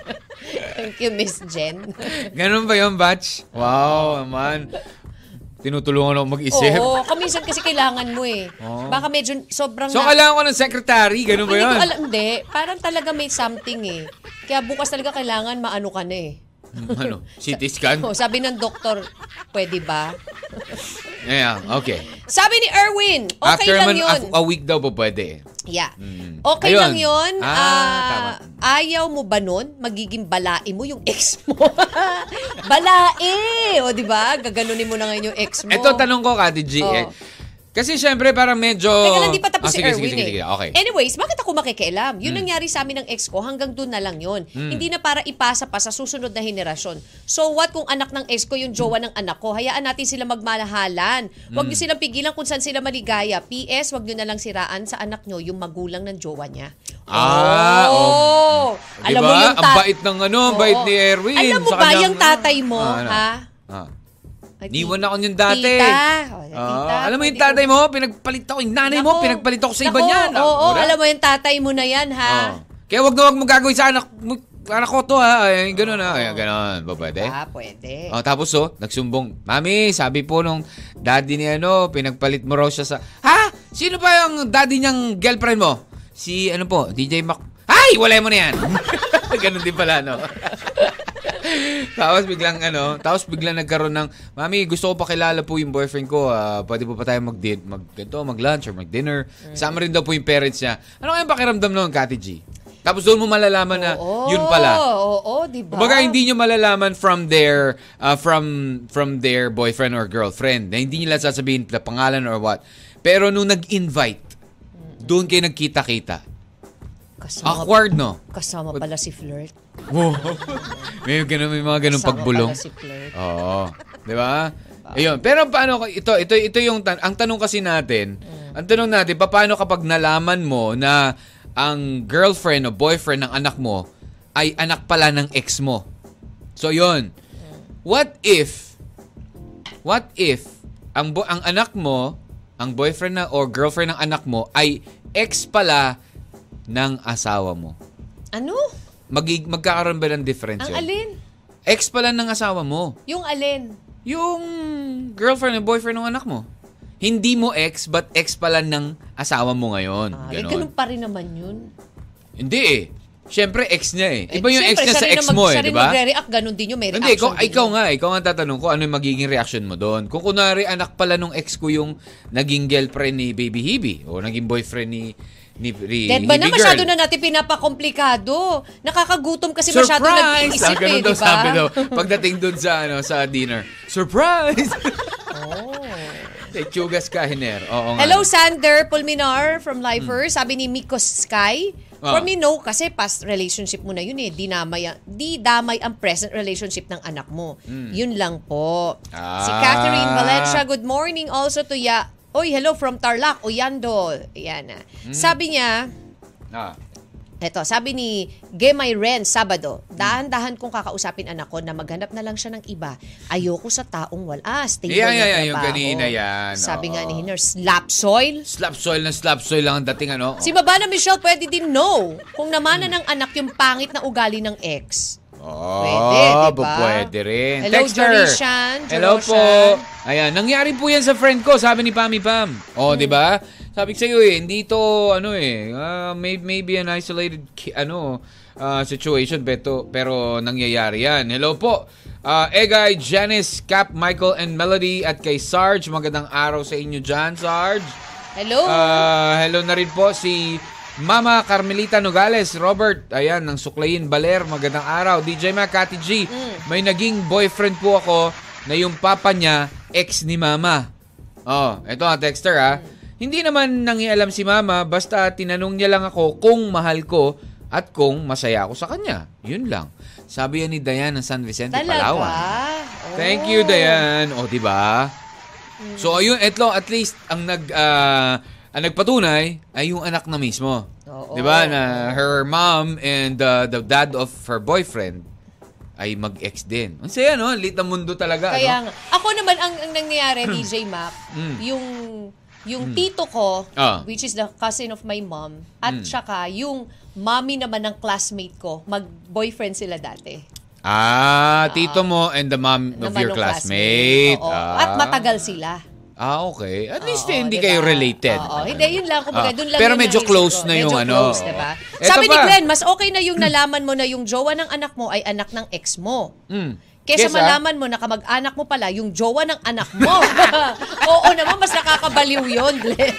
Thank you, Miss Jen.
Ganun ba yun, Batch? Wow, man. Tinutulungan ako mag-isip.
Oo, kaminsan kasi kailangan mo eh.
Oo.
Baka medyo
Oh.
sobrang...
So,
na-
kailangan ko ng secretary. Ganun ba
Hindi
yun?
ko alam, hindi. Parang talaga may something eh. Kaya bukas talaga kailangan maano ka na eh.
ano, CT scan?
Oh, sabi ng doktor, pwede ba?
Yeah, okay.
Sabi ni Erwin, okay
After
lang
man,
yun.
a week daw po pwede.
Yeah.
Mm.
Okay
Ayun.
lang yun.
Ah,
Ah,
tama.
Ayaw mo ba nun? Magiging balae mo yung ex mo. [LAUGHS] balae! O, di ba? Gaganunin mo na ngayon yung ex mo.
Ito, tanong ko, Kati G.
Oo.
eh. Kasi syempre, parang medyo...
Teka lang, di pa
Ah,
tapos si
sige, sige,
Erwin
sige, sige,
eh.
Okay. Hmm.
Anyways, bakit ako makikialam? Yun nangyari sa amin ng ex ko, hanggang doon na lang yun. Hindi na para ipasa pa sa susunod na henerasyon. So what kung anak ng ex ko yung jowa ng anak ko? Hayaan natin sila magmalahalan. Huwag
Hmm.
nyo silang pigilan kung saan sila maligaya. PS, huwag nyo na lang siraan sa anak nyo yung magulang ng jowa niya.
Ah,
oh. Alam mo
Diba?
yung
Ang
tat-
bait ng ano, ang bait
Oo.
ni Erwin.
Alam mo
sa
ba
kanyang-
yung tatay mo,
Ah, ano?
ha?
Ah.
Ay,
Niwan
ti-
ako yung dati.
Tita. Oh,
Ah,
tita,
alam mo yung
pwede ko-
tatay mo, pinagpalit ako. Yung nanay mo,
Nako.
pinagpalit ako sa iba
Nako,
niyan. Ah,
Oo,
wala.
alam mo yung tatay mo na yan, ha?
Ah. Kaya wag na wag mo gagawin sa anak mo. Anak ko to ha. Ay, ganun ha. Ay, ganun. Ba pwede?
Ah, pwede.
Oh, tapos oh, nagsumbong. Mami, sabi po nung daddy ni ano, pinagpalit mo raw siya sa... Ha? Sino ba yung daddy niyang girlfriend mo? Si ano po, DJ Mac... Ay! Walay mo na yan! [LAUGHS] Ganun din pala, no? [LAUGHS] tapos biglang ano, tapos biglang nagkaroon ng, Mami, gusto ko pakilala po yung boyfriend ko. ah, pwede po pa tayo mag mag ganito, mag-lunch or mag-dinner. Sama rin daw po yung parents niya. Ano kayang pakiramdam noon, Kati G? Tapos doon mo malalaman na
Oo,
yun pala.
Oo, diba? di ba?
Kumbaga, hindi nyo malalaman from their uh, from from their boyfriend or girlfriend. Na hindi nila sasabihin na pangalan or what. Pero nung nag-invite, doon kayo nagkita-kita.
Kasama,
Awkward, no? [LAUGHS]
kasama pala si Flirt.
Wow. may, ganun, may mga ganun
Kasama
pagbulong.
pala si Flirt.
Oo. Di ba? Ayun. Pero paano, ito, ito, ito yung, tan- ang tanong kasi natin,
Mm.
ang tanong natin, pa- paano kapag nalaman mo na ang girlfriend o boyfriend ng anak mo ay anak pala ng ex mo? So, yun.
Mm.
What if, what if, ang, bo- ang anak mo, ang boyfriend na or girlfriend ng anak mo ay ex pala ng asawa mo?
Ano?
Magig, magkakaroon ba ng difference
Ang
yun?
alin?
Ex pala ng asawa mo.
Yung alin?
Yung girlfriend and boyfriend ng anak mo. Hindi mo ex, but ex pala ng asawa mo ngayon.
Ah, eh,
Ganon.
ganun pa rin naman yun.
Hindi eh. Siyempre, ex niya eh. Iba yung ex
siyempre,
niya
siya
sa
rin
ex
ang mag-
mo eh,
siya
di
rin
ba?
magre-react, ganun din yung may reaction.
Hindi, ikaw,
din
ikaw
yun.
nga, eh. ikaw ang tatanong ko ano yung magiging reaction mo doon. Kung kunwari anak pala nung ex ko yung naging girlfriend ni Baby Hebe o naging boyfriend ni ni, ni,
Dead ba
ni
na?
eh, girl.
Masyado na natin pinapakomplikado. Nakakagutom kasi masyado
Surprise!
nag-iisip
Ah, ganun
eh,
daw
di
sabi daw.
[LAUGHS] ba?
Pagdating dun sa, ano, sa dinner.
[LAUGHS]
Surprise! Lechugas ka, Hiner. Oo nga.
Oh. Hello, Sander Pulminar from Lifer. Sabi ni Miko Sky,
Hmm. Ah.
For me, no, kasi past relationship mo na yun eh. Di, namay, di damay ang present relationship ng anak mo. Yun lang po.
Hmm. Ah.
Si Catherine Valencia, good morning also to ya. Oy, hello from Tarlac, Oyandol. Ayan ah.
Hmm.
Sabi niya,
Ah.
Eto, sabi ni Gemay Ren Sabado, dahan-dahan kong kakausapin anak ko na maghanap na lang siya ng iba. Ayoko sa taong wal. Ah, stable
Yan,
na
yan, yan, yung
trabaho.
kanina yan,
Sabi
oo.
nga ni Hiner, slap soil?
Slap soil na slap soil lang ang dating ano.
Si Baba na Michelle pwede din no kung namana ng anak yung pangit na ugali ng ex.
Oh,
Pwede, di ba?
Pwede rin.
Hello,
Texter.
Jonathan.
Hello
Jonathan.
po. Ayan, nangyari po yan sa friend ko, sabi ni Pami Pam. Oh, di ba? Sabi ko sa'yo eh, hindi to, ano eh, ah, may, maybe an isolated, ki- ano, ah, situation, beto, pero nangyayari yan. Hello po. Ah, Egay, Janice, Cap, Michael, and Melody at kay Sarge. Magandang araw sa inyo dyan, Sarge.
Hello?
Ah, hello na rin po si Mama Carmelita Nogales, Robert, ayan, ng Suklayin, Baler, magandang araw. DJ Mac, Kati G,
Mm.
may naging boyfriend po ako na yung papa niya, ex ni Mama. Oh, eto ang texter ha. Hindi naman nangialam si Mama, basta tinanong niya lang ako kung mahal ko at kung masaya ako sa kanya. Yun lang. Sabi yan ni Dayan ng San Vicente,
Talaga?
Palawan.
Oh.
Thank you, Dayan. O, di ba? So, ayun, etlo, at least, ang nag, ah, ang nagpatunay ay yung anak na mismo.
Oo.
Di ba? Na her mom and ah, the dad of her boyfriend ay mag-ex din. Ang saya, no? Ang Lit ng mundo talaga,
Kaya
no?
nga. Ako naman, ang, ang nangyayari,
Hmm.
DJ Mac, yung yung tito ko,
Ah. Hmm.
which is the cousin of my mom, at saka yung mommy naman ng classmate ko, mag-boyfriend sila dati.
Ah, tito mo and the mom of
Naman
your
ng
classmate.
Oo.
Ah.
At matagal sila.
Ah, okay. At least
Oo,
hindi
diba?
kayo related.
Oo, hindi, yun lang. Kumbaga,
Ah,
dun lang
pero
yun
medyo
naisip
close
ko.
na yung
medyo
ano.
Close, diba?
Eto
Sabi ni
pa.
Glenn, mas okay na yung nalaman mo na yung jowa ng anak mo ay anak ng ex mo.
Mm.
Kesa
Kesa?
malaman mo na kamag-anak mo pala yung jowa ng anak mo.
[LAUGHS]
Oo naman, mas nakakabaliw yun, Glenn.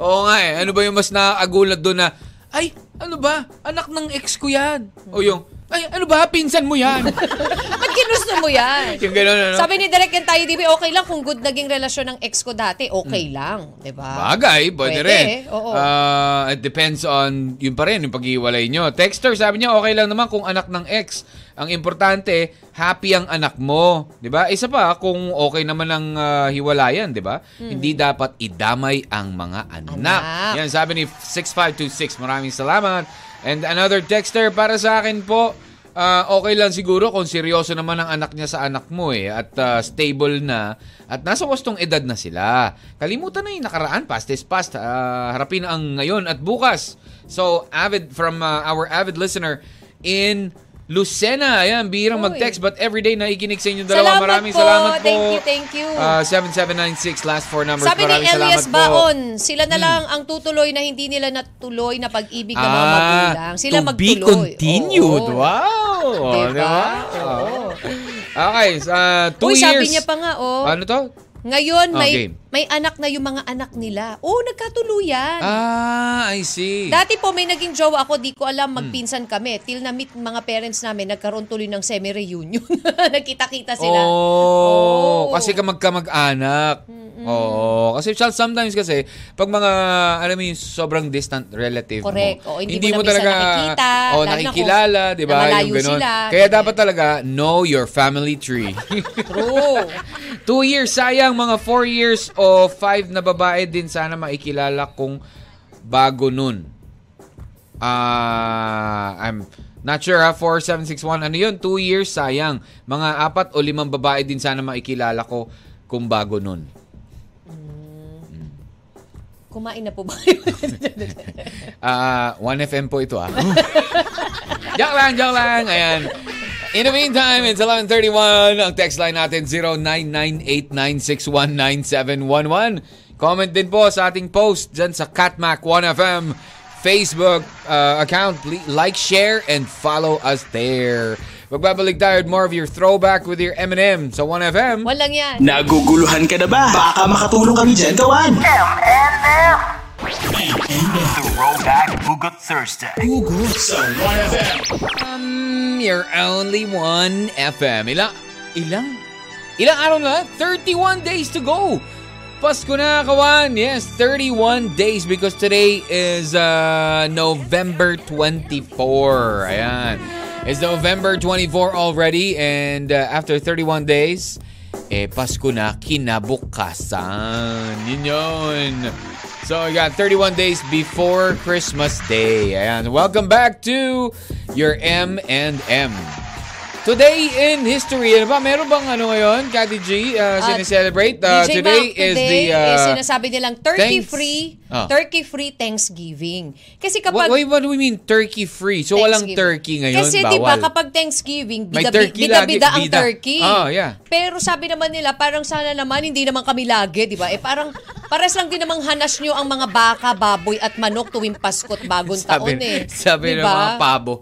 Oo nga eh. Ano ba yung mas nakakagulat doon na, ay, ano ba? Anak ng ex ko yan. O yung, ay, ano ba? Pinsan mo yan. [LAUGHS]
Ba't kinusto mo yan?
yung gano'n, ano?
Sabi ni Direk Kentay TV, okay lang kung good naging relasyon ng ex ko dati, okay lang, di ba?
Hmm. Bagay, pwede,
Pwede,
rin.
oo.
Ah, it depends on yun pa rin, yung pag-iwalay nyo. Texter, sabi niya, okay lang naman kung anak ng ex. Ang importante, happy ang anak mo. di ba? Isa pa, kung okay naman ang ah, hiwalayan, di ba? Hindi dapat idamay ang mga anak.
Hmm. Anak.
Yan, sabi ni 6526. Maraming salamat. And another texter para sa akin po, ah, okay lang siguro kung seryoso naman ang anak niya sa anak mo eh at ah, stable na at nasa wastong edad na sila. Kalimutan na yung nakaraan, past is past. Ah, harapin ang ngayon at bukas. So, avid from ah, our avid listener in Lucena. Ayan, bihirang
Uy.
mag-text but everyday naikinig sa inyo dalawa.
Salamat
Maraming
po.
salamat po.
Thank you, thank you.
Ah, 7796 last four numbers.
Sabi ni
Maraming salamat po.
Elias
Hmm.
Baon, sila na lang ang tutuloy na hindi nila natuloy na pag-ibig ng mga magulang. Sila
Ah, to
magtuloy.
be continued.
Oo.
Wow!
[LAUGHS] Diba?
Diba?
Oo.
Okay, uh, two
Uy,
years.
sabi niya pa nga, oh.
Ano to?
Ngayon,
Oh,
may,
game.
may anak na yung mga anak nila. Oo, nagkatuluyan.
Ah, I see.
Ano? Dati po may naging jowa ako, di ko
Hmm.
alam, magpinsan kami. Till na meet mga parents namin, nagkaroon tuloy ng semi-reunion. [LAUGHS] Nagkita-kita sila.
Oh,
Oo.
kasi ka magkamag-anak. Oo. Kasi sal- sometimes kasi, pag mga, alam mo yung sobrang distant relative
Correct.
mo,
Oo, hindi mo na minsan nakikita,
oh,
lalo na kung
nakikilala, di ba?
na malayo
Yung ganun.
sila.
Kaya
Ganyan.
dapat talaga, know your family tree.
True.
Two years, sayang. Mga four years o five na babae din sana maikilala kung bago nun. Ah, I'm not sure ha, 4761. Ano yun? Two years, sayang. Mga apat o limang babae din sana maikilala ko kung bago nun.
[LAUGHS] Kumain na po ba?
Ah, 1FM po ito ah. [LAUGHS] joke lang, joke lang. Ayan. In the meantime, it's 11.31. Ang text line natin, 0998-961-9711. Comment din po sa ating post dyan sa Catmac 1FM Facebook uh, account. Please like, share, and follow us there. Magbabalik tayo with more of your throwback with your M&M sa 1FM.
[LAUGHS] Walang yan.
Naguguluhan ka na ba? Baka makatulong kami dyan gawan.
M&M.
Throwback Hugot Thursday. Hugot sa 1FM.
Um, you're only one FM. Ilang, ilang, ilang araw na? 31 days to go. Pasko na, kawan. Yes, 31 days because today is uh, November 24. Ayan. It's November 24 already and uh, after 31 days, eh, Pasko na kinabukasan. Yun yun. So you got 31 days before Christmas Day. And welcome back to your M and M. Today in history, ano ba? Meron bang ano ngayon, Kati G, uh,
Ah,
sinicelebrate? Uh,
DJ
today
Mac,
is the...
today
Uh,
is sinasabi nilang turkey
thanks-
free,
Ah.
turkey free Thanksgiving. Kasi
what,
kapag
wait, what do we mean turkey free? So walang
Thanksgiving.
turkey ngayon,
Kasi di ba
bawal.
kapag Thanksgiving,
May
bida,
turkey
bida,
lagi,
bida ang
bida.
turkey.
Oh, yeah.
Pero sabi naman nila, parang sana naman, hindi naman kami lagi, di ba? Eh parang, pares lang din namang hanas nyo ang mga baka, baboy at manok tuwing Pasko't bagong
sabi,
taon eh.
sabi
Di
ng
ba?
mga pabo,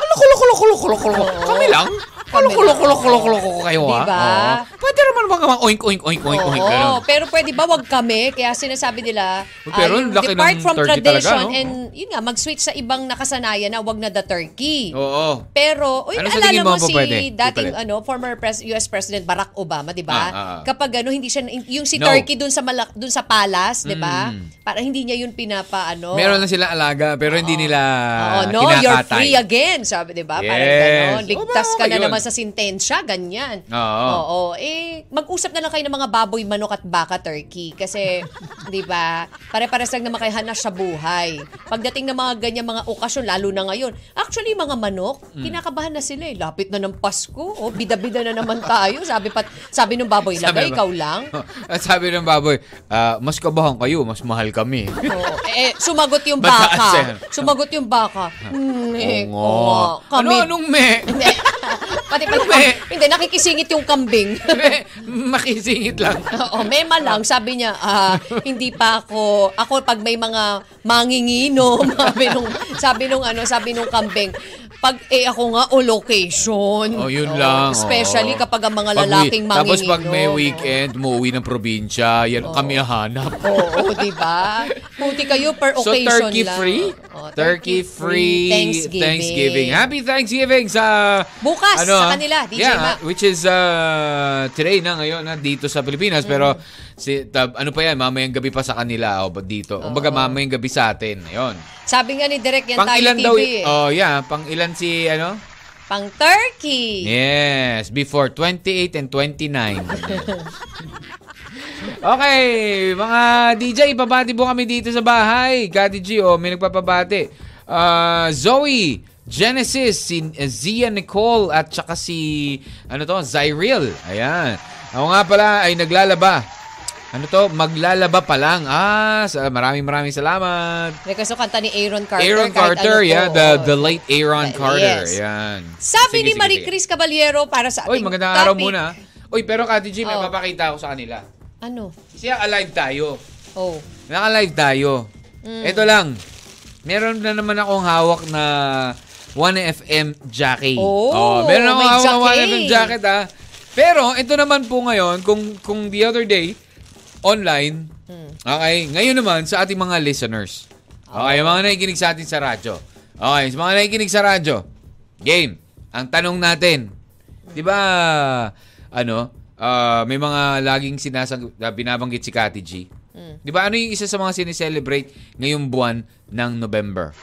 ano kulo kulo kulo kulo kulo
Oo.
kami lang? Ano
Kami
kulo
lang.
kulo kulo kulo kulo kayo ha?
Diba?
Oo. Pwede naman mga mga oink oink oink oink oink
Oo,
ganun.
pero pwede ba wag kami? Kaya sinasabi nila,
Uy, pero
ah, yung
ang laki
depart
ng
from
turkey
tradition
talaga, no?
and yun nga, mag-switch sa ibang nakasanayan na wag na the turkey.
Oo.
Pero, uy,
Ano sa
naalala
tingin
mo,
Oh. mo pa
si
pwede?
dating
Di pala.
ano, former pres- US President Barack Obama, di ba?
Ah, ah, ah.
Kapag ano, hindi siya, yung si
No. Mm.
Turkey dun sa, malak, dun sa palace, di ba? Para hindi niya yun pinapa, ano.
Meron na sila alaga pero hindi nila
Oo, no,
Ah, kinakatay.
you're free again, sabi, di ba? Parang
Yes.
ganon. Ligtas
Oo,
ka na
yun.
naman sa sintensya, ganyan.
Oo.
Oo. Eh, mag-usap na lang kayo ng mga baboy, manok at baka, turkey. Kasi, [LAUGHS] di ba, pare-pares lang naman kayo hanas sa buhay. Pagdating ng mga ganyan mga okasyon, lalo na ngayon, actually, mga manok,
Mm.
kinakabahan na sila eh. Lapit na ng Pasko. O, bida-bida na naman tayo. Sabi pat, sabi ng baboy,
Sabi ba?
lagay, ikaw
[LAUGHS]
lang.
At sabi ng baboy, "Ah, mas kabahan kayo, mas mahal kami.
Oo. Eh, sumagot yung
Mataas yan.
baka. Sumagot yung baka. Hmm, eh,
Oo. Ano,
oo. Kami,
anong me?
[LAUGHS] Hindi. Pati pala,
Ano ba eh?
hindi, nakikisingit yung
[LAUGHS]
kambing.
Me, Makisingit lang.
Oo, mema lang. Sabi niya, ah, hindi pa ako, ako pag may mga manginginom, [LAUGHS] sabi nung, sabi nung ano, sabi nung kambing, pag eh ako nga o location.
Oh, yun
Oo,
lang.
Especially
oo.
kapag ang mga
Pag
lalaking
wi-
manginginom.
Tapos pag may weekend, umuwi ng probinsya, yan ang kami hanap.
Oo, di ba? Puti kayo per
So,
occasion
turkey
lang.
free?
Oo,
turkey free
Thanksgiving.
Thanksgiving. Happy Thanksgiving sa...
Bukas sa
ah?
kanila, DJ
yeah,
Mac.
which is uh, today na ngayon na dito sa Pilipinas. Pero
Mm.
si, tab, ano pa yan, mamayang gabi pa sa kanila o ba dito. Kumbaga mamayang gabi sa atin. Ayun.
Sabi nga ni Direk, yan
Pang
tayo
ilan
TV
daw,
eh.
oh yeah, pang ilan si ano?
Pang turkey.
Yes, before 28 and 29. okay, mga DJ, babati po kami dito sa bahay. Kati G, oh, may nagpapabati. Ah, Zoe, Genesis, si eh, Zia Nicole, at saka si, ano to, Zyril. Ayan. Ako nga pala ay naglalaba. Ano to? Maglalaba pa lang. Ah, sa- maraming maraming salamat.
May gusto kanta ni Aaron Carter.
Aaron
kahit
Carter,
ano to.
yeah, the, the late Aaron
Yes.
Carter. Yan. Sige,
Sabi ni
sige,
Marie
sige.
Chris Caballero para sa ating
Oy, magandang
topic.
araw muna. ah. Oy, pero Kati G, may
Oh.
papakita ako sa kanila.
Ano?
Siya, alive tayo.
Oh.
Naka-live tayo.
Mm.
Ito lang. Meron na naman akong hawak na 1FM jacket.
Oh,
meron na akong
may
hawak na
jacket.
1FM jacket ah. Pero ito naman po ngayon, kung kung the other day online,
Hmm.
okay, ngayon naman sa ating mga listeners. Okay, yung mga nakikinig sa atin sa radyo. Okay, sa mga nakikinig sa radyo. Game. Ang tanong natin, 'di ba ano, ah, may mga laging sinasag ah, binabanggit si Kati G.
Hmm.
'Di ba ano yung isa sa mga sineselebrate ngayong buwan ng November?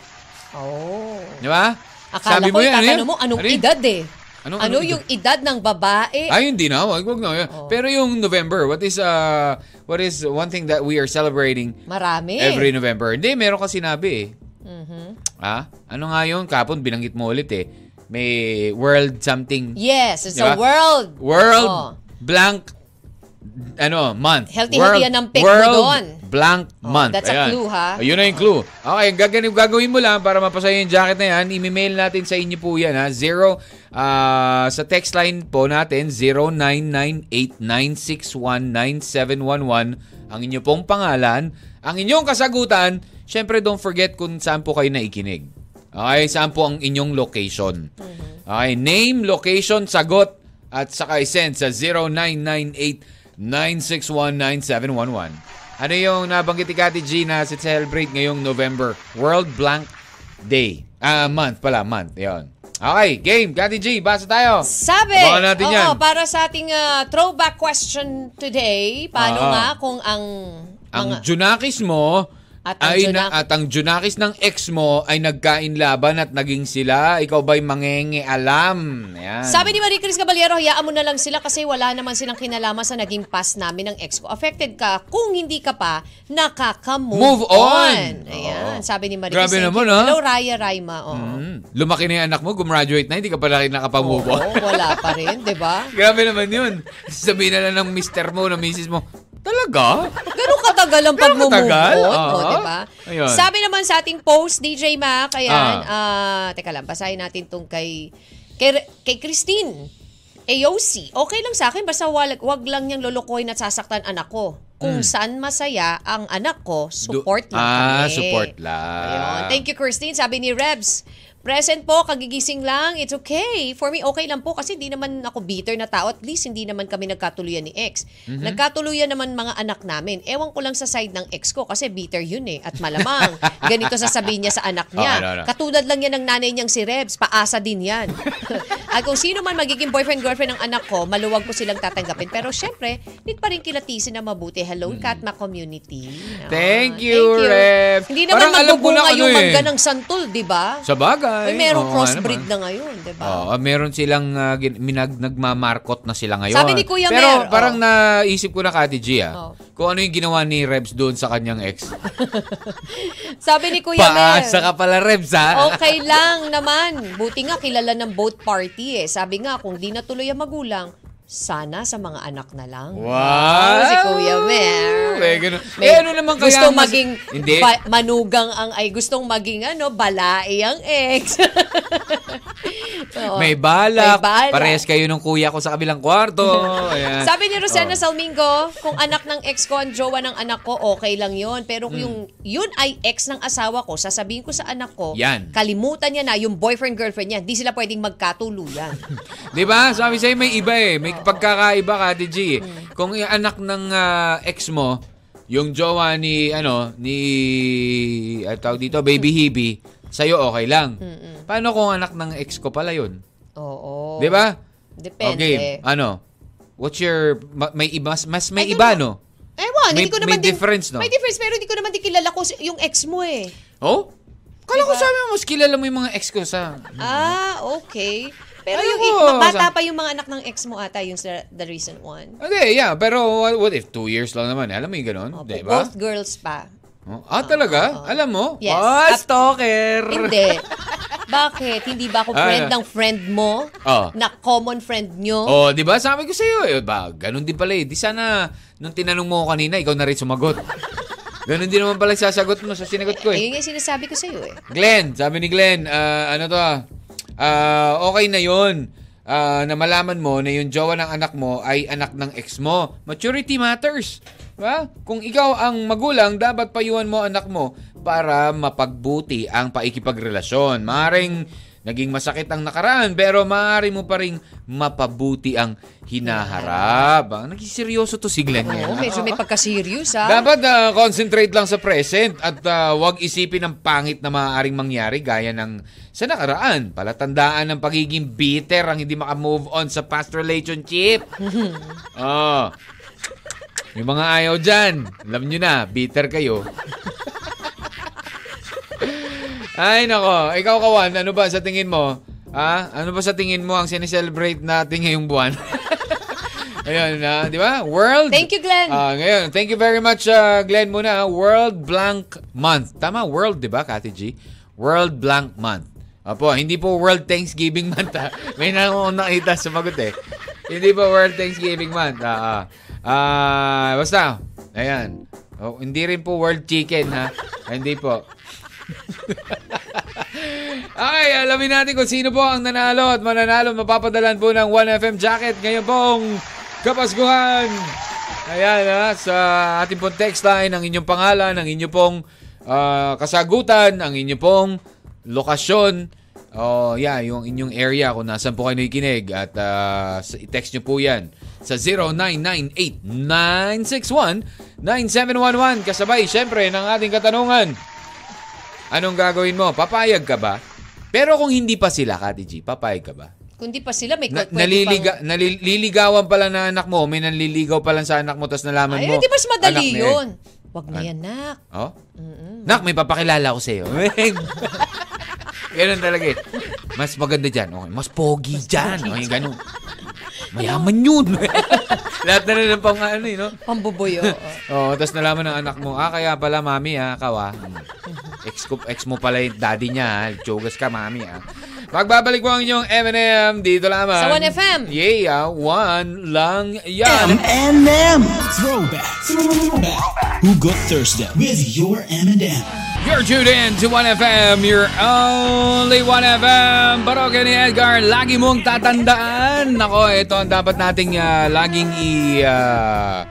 Oh.
'Di ba?
Akala ko,
yan, ano yan?
itatanong mo, anong
Ano yun?
edad eh?
Anong-
ano
anong
yung edad ng babae?
Ay, hindi na. Wag, wag na.
Oh.
Pero yung November, what is uh, what is one thing that we are celebrating
Marami.
every November? Hindi, meron ka sinabi eh.
Mm-hmm.
Ah, ano nga yun? Kapon, binanggit mo ulit eh. May world something.
Yes, it's
Diba?
a world.
World
Oh.
blank ano, month.
Healthy-healthy
world,
yan ang pick mo
world
doon.
blank month.
Oh, that's a
Ayan.
clue, ha?
Ayun na yung clue. Okay, ang gaganib gagawin mo lang para mapasaya yung jacket na yan, i-mail natin sa inyo po yan, ha? Zero, ah, sa text line po natin, 0998-961-9711. Ang inyo pong pangalan, ang inyong kasagutan, syempre don't forget kung saan po kayo naikinig. Okay, saan po ang inyong location.
Mm-hmm.
Okay, name, location, sagot, at saka i-send sa 0998 961-9711. Ano yung nabanggit ni Kati G na si celebrate ngayong November? World Blank Day. Ah, month pala, month. Yun. Okay, game. Kati G, basa tayo.
Sabi!
Abangan natin
Oo,
yan.
para sa ating ah, throwback question today, paano
Oo.
nga kung ang...
Ah. ang
mga-
Junakis mo
At ang
ay na,
Junak-
at ang Junakis ng ex mo ay nagkain laban at naging sila. Ikaw ba'y mangingi alam? Yan.
Sabi ni Marie Chris Caballero, hayaan mo na lang sila kasi wala naman silang kinalaman sa naging pass namin ng ex ko. Affected ka kung hindi ka pa nakaka-move
Move on. Oo.
Ayan, sabi ni Marie
Grabe
Chris. thank
naman,
you.
ah.
Hello, Raya Raima. Oo.
Hmm. Lumaki na yung anak mo, gumraduate na, hindi ka pala nakapamove on.
Oo, wala pa rin, di ba?
[LAUGHS] Grabe naman yun. Sabihin na lang ng mister mo, ng misis mo, talaga?
Ganun katagal ang
Ganun
pag-move
katagal?
on.
Oo.
O, di ba?
Ayun.
Sabi naman sa ating post, DJ Mac, ayan,
Ah.
ah, teka lang, basahin natin tong kay, kay, kay Christine. AOC, okay lang sa akin, basta wag, wag lang niyang lulukoy at sasaktan anak ko. Kung
Hmm.
saan masaya ang anak ko, support
Du-
lang
Ah,
kami.
support lang.
Ayun. oh. Thank you, Christine. Sabi ni Rebs, present po, kagigising lang, it's okay. For me, okay lang po kasi hindi naman ako bitter na tao. At least hindi naman kami nagkatuluyan ni ex. Nagkatuluyan naman mga anak namin. Ewan ko lang sa side ng ex ko kasi bitter yun eh. At malamang, ganito sasabihin niya sa anak niya.
Oo, ano, ano.
Katulad lang yan ng nanay niyang si Rebs, paasa din yan. At kung sino man magiging boyfriend-girlfriend ng anak ko, maluwag ko silang tatanggapin. Pero syempre, need pa rin kilatisin na mabuti. Hello, Katma Community. Ah,
Thank you, Rev.
Hindi naman
Parang alam ko na
magbubunga
ano
yung
eh.
mangga ng santol, di ba?
Sa bagay.
Uy, merong
Oo, ano
crossbreed na ngayon, di ba?
Oo, meron silang ah, gin- minag, nagmamarkot na sila ngayon.
Sabi ni Kuya
Pero
Mer,
parang
oh.
naisip ko na Kati G ah,
Oh.
kung ano yung ginawa ni Rebs doon sa kanyang ex.
Sabi ni Kuya Mer.
Paasa ka pala Rebs ah. ha.
Okay lang naman. Buti nga kilala ng both party eh. Sabi nga kung di natuloy ang magulang, sana sa mga anak na lang.
Wow!
si Kuya Mer.
Eh, ganun. Eh, ano naman kaya
Gusto
ang mas-
maging
Hindi.
ba- manugang ang ay gustong maging ano, balae ang ex. [LAUGHS] Oo.
May balak.
May balak.
Parehas kayo ng kuya ko sa kabilang
[LAUGHS]
kwarto. Ayan.
Sabi ni Rosena
Oh.
Salmingo, kung anak ng ex ko ang jowa ng anak ko, okay lang yun. Pero
Hmm.
kung yung yun ay ex ng asawa ko, sasabihin ko sa anak ko,
Yan.
kalimutan niya na yung boyfriend-girlfriend niya. Di sila pwedeng magkatuluyan.
[LAUGHS] Di ba? Sabi sa'yo may iba eh. May pagkakaiba ka, G.
Mm.
Kung yung anak ng ah, ex mo, yung jowa ni, ano, ni, at tawag dito, Baby
Mm.
Hebe, sa'yo okay lang. Paano kung anak ng ex ko pala yun?
Oo.
Di ba?
Depende.
Okay, ano? What's your, ma- may iba, mas, mas may
I don't
iba,
know.
no?
Ewan,
May-
hindi ko
may
naman din...
difference, no?
May difference, pero hindi ko naman din kilala ko si- yung ex mo eh.
Oh? Kala ko
Diba?
sabi mo, mas kilala mo yung mga ex ko sa...
Ah, okay. Pero
Ay,
yung
oo.
i- bata pa yung mga anak ng ex mo ata, yung sa- the recent one.
Okay, yeah, pero what, what if two years lang naman? Alam mo yung ganun,
Opo,
di ba?
Oh, Both girls pa.
Oh, ah, talaga?
Oo.
Alam mo?
Yes.
Ah,
Up-
stalker!
Hindi. Bakit? Hindi ba ako friend
Ah.
ng friend mo?
Oh.
Na common friend nyo?
Oh, 'di ba? Sabi ko sa iyo, eh, ba, ganun din pala eh. Di sana nung tinanong mo ako kanina, ikaw na rin sumagot. ganun din naman pala yung sasagot mo sa sinagot ko eh.
Ayun nga yung sinasabi ko sa'yo eh.
Glenn, sabi ni Glenn, ah, ano to ah, ah, okay na 'yon. Ah, na malaman mo na yung jowa ng anak mo ay anak ng ex mo. Maturity matters. Ba? Kung ikaw ang magulang, dapat payuhan mo anak mo para mapagbuti ang paikipagrelasyon. Maring naging masakit ang nakaraan, pero maaari mo pa rin mapabuti ang hinaharap. Ah, Nagsiseryoso to si Glenn ngayon.
Oo, medyo may pagka-serious ah.
Dapat ah, concentrate lang sa present at ah, wag isipin ang pangit na maaaring mangyari gaya ng sa nakaraan. Palatandaan ng pagiging bitter ang hindi makamove on sa past
[LAUGHS]
relationship. oh. Yung mga ayaw dyan, alam nyo na, bitter kayo. Ay, nako. Ikaw, Kawan, ano ba sa tingin mo? Ha? Ano ba sa tingin mo ang sineselebrate natin ngayong buwan? [LAUGHS] Ayun, na, di ba? World.
Thank you, Glenn.
Ah, ngayon, thank you very much, ah, Glenn muna. ah. World Blank Month. Tama, World, di ba, Kati G? World Blank Month. Opo, hindi po World Thanksgiving [LAUGHS] Month. ah. May nang nakita sumagot eh. hindi po World Thanksgiving Month. Ah, ah. Ah, basta. Ayan. Oh, hindi rin po World Chicken, ha? hindi po. Ay, alamin natin kung sino po ang nanalo at mananalo. Mapapadalan po ng 1FM jacket ngayon pong Kapasguhan. Ayan ha, sa ating pong text line, ang inyong pangalan, ang inyong pong ah, kasagutan, ang inyong pong lokasyon, Oh, yeah, yung inyong area kung nasan po kayo nakikinig at ah, s- i-text nyo po 'yan sa 0998-961-9711 kasabay syempre ng ating katanungan. Anong gagawin mo? Papayag ka ba? Pero kung hindi pa sila, Kati G, papayag ka ba?
Kundi pa sila may
Na,
pwede
naliliga,
pang-
naliligawan pala na anak mo, may nanliligaw pala sa anak mo, tapos nalaman
Ay,
mo.
di mas madali
anak eh. na
yun. Wag na yan, nak.
Oh? Nak, may papakilala ko sa'yo. [LAUGHS] ganun talaga eh. Mas maganda dyan. Okay. Mas pogi dyan. Okay, ganun. Mayaman
[LAUGHS]
yun. Lahat na rin ng pang ano eh, no?
Pambuboy, oo.
Oo, tapos nalaman ng anak mo, ah, kaya pala, mami, ah, kawa. Ex, ko, ex mo pala yung daddy niya, ah. Chogas ka, mami, ah. Magbabalik po ang inyong M&M dito lamang.
Sa 1FM.
Yeah, one lang yan.
M&M. Throwback. Throwback. Who got Thursday with your M&M.
You're tuned in to 1FM, your only 1FM. Baroque ni Edgar, lagi mong tatandaan. Nako, ito ang dapat nating ah, laging i... ah,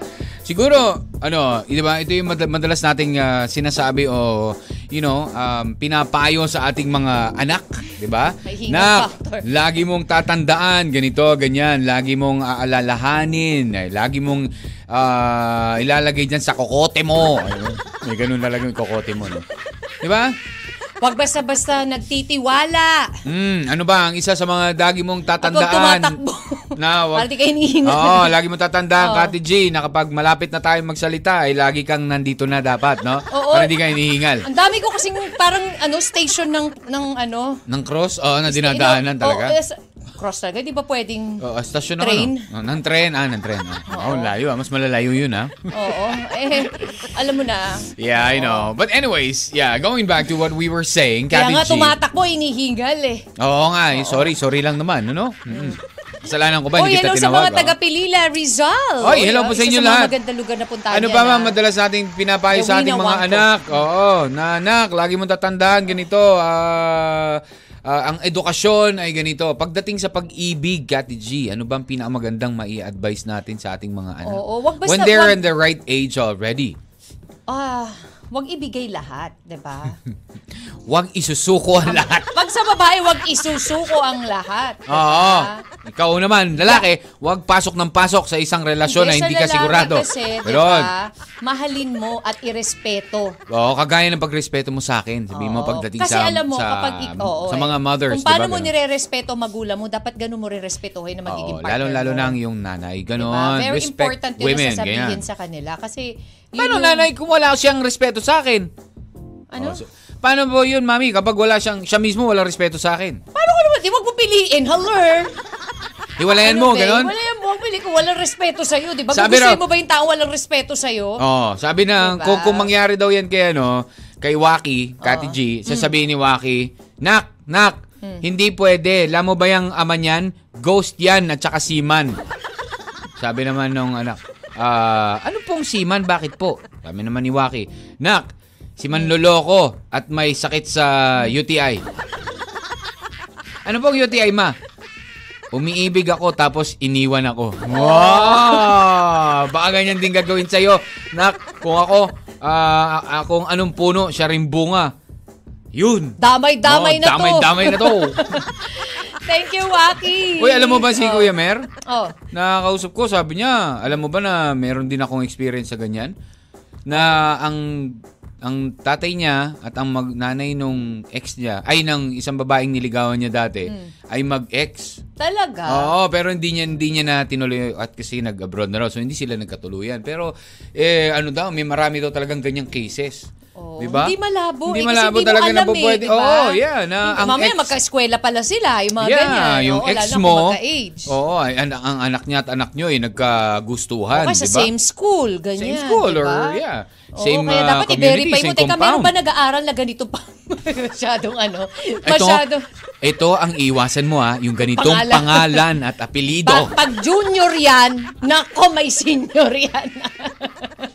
siguro, ano, di ba, ito yung mad- madalas nating ah, sinasabi o, you know, um, pinapayo sa ating mga anak, di ba?
May hingal factor.
lagi mong tatandaan, ganito, ganyan. Lagi mong aalalahanin. Ay, Lagi mong ah, ilalagay dyan sa kokote mo. Ayun. May ganun talaga yung kokote mo. No? Di ba?
Wag basta-basta nagtitiwala.
Mm, ano ba ang isa sa mga lagi mong
At huwag
tatandaan?
tumatakbo.
Na, wag-
Para di kayo hinihingal.
Oo, lagi mong tatandaan,
Oo.
Kati G, na kapag malapit na tayo magsalita, ay lagi kang nandito na dapat, no?
Oo.
Para hindi ka hinihingal.
Ang dami ko kasing parang ano station ng ng ano.
Ng cross? Oo, na
Ino-
dinadaanan talaga.
Oo, yes. cross talaga. Di ba pwedeng?
Oo, station ng
Train.
ano? Oh, ng train. Ah, ng train. Ah, Oh, layo. ah. Mas malalayo yun, ah.
Oo. Eh, alam mo na.
Yeah, I know. But anyways, yeah, going back to what we were saying,
Oh.
Kati
Kaya nga
G.
tumatakbo, inihingal eh.
Oo nga, eh, sorry, sorry lang naman, ano? Mm. Kasalanan ko ba? Hindi
Oy,
kita
hello ano sa
tinawag.
mga
oh.
taga-Pilila, Rizal.
Oy, hello po
ah,
sa
isa
inyo
mga
lahat.
magandang lugar na puntahan
Ano
yan,
ba ma'am,
ah.
madalas nating pinapayo sa ating
Yawina
mga
Wangko.
anak? Oo, na anak, lagi mong tatandaan ganito. ah, ah, ang edukasyon ay ganito. Pagdating sa pag-ibig, Kati G, ano ba ang pinakamagandang mai-advise natin sa ating mga anak?
Oo, wag basta-
When they're
wag-
in the right age already,
Ah, wag ibigay lahat, 'di ba?
huwag isusuko ang
[LAUGHS]
lahat.
Pag sa babae, wag isusuko ang lahat. 'di [LAUGHS]
Oo.
ba?
Ikaw naman, lalaki, huwag pasok ng pasok sa isang relasyon na
sa
hindi ka
lalaki
sigurado.
Kasi,
Pero,
diba, mahalin mo at irespeto.
oo, kagaya ng pagrespeto mo sa akin. Sabi mo
Oo.
pagdating
kasi
sa
alam mo,
sa,
kapag, ik- oo,
sa
eh.
mga mothers,
Kung
diba,
paano mo
ganun?
nirerespeto ang magulang mo, dapat ganun mo rirespetuhin na
Oo,
magiging partner
lalong lalo
mo.
na ang yung nanay. Ganon.
Diba? Very
respect
important yun
women,
na sasabihin
ganyan.
sa kanila. Kasi, yun
Paano
yung-
nanay kung wala siyang respeto sa akin?
Ano?
Oh, so- paano po yun, mami? Kapag wala siyang, siya mismo wala respeto sa
[LAUGHS]
akin.
paano ko naman? Di, wag mo piliin. Hello?
Hiwalayan mo,
Ano ba?
ganon?
Wala yan mo. Ang pili ko, walang respeto sa'yo. Di ba? Kung
Sabi
gusto
raw-
mo ba yung tao walang respeto sa'yo?
Oh, sabi na,
Diba?
kung, kung mangyari daw yan kay ano, kay Waki, Kati
Oo.
G, sasabihin ni Waki, Nak, Nak, hindi pwede. Lamo ba yung ama niyan? Ghost yan at saka seaman. sabi naman nung anak, ah, ano pong seaman? Bakit po? Sabi naman ni Waki, Nak, si manloloko at may sakit sa UTI. Ano pong UTI, ma? Umiibig ako tapos iniwan ako. Wow! Baka ganyan din gagawin sa'yo. Nak, kung ako, ah, akong anong puno, siya rin bunga. Yun! Oh,
Damay-damay na to.
Damay-damay na to.
[LAUGHS] Thank you, Waki.
Uy, alam mo ba si
Oh.
Kuya Mer?
Oh.
Nakakausap ko, sabi niya, alam mo ba na meron din akong experience sa ganyan? Na ang ang tatay niya at ang mag, nanay nung ex niya, ay ng isang babaeng niligawan niya dati,
Mm.
ay mag-ex.
Talaga?
Oo, pero hindi niya hindi niya na tinuloy at kasi nag-abroad na raw. So hindi sila nagkatuluyan. Pero eh ano daw, may marami daw talagang ganyang cases.
Oo.
'Di ba?
Oh, Hindi malabo.
Hindi
eh, kasi
malabo
hindi mo
talaga
alam
na pupwede.
Eh, di ba?
Oo, yeah, na ang
Mamaya
ex-
magka-eskwela pala sila. Yung mga ganyan.
yeah, yung
Oo,
ex
lalo na
mo. Oh,
kung magka-age.
Oo, ay, ang, ang anak niya at anak niyo ay nagkagustuhan, 'di
Okay, Oh, sa
ba?
same school, ganyan.
Same school
di ba?
or yeah,
Oo,
same
kaya
uh,
dapat
community,
i-verify mo.
same
Teka, meron
compound.
ba nag-aaral na ganito pa? [LAUGHS] masyadong ano,
ito,
masyadong...
ito ang iwasan mo ha, yung ganitong
Pangalan.
pangalan, at
[LAUGHS]
apelido.
Pag, pag junior yan, nako may senior yan. [LAUGHS]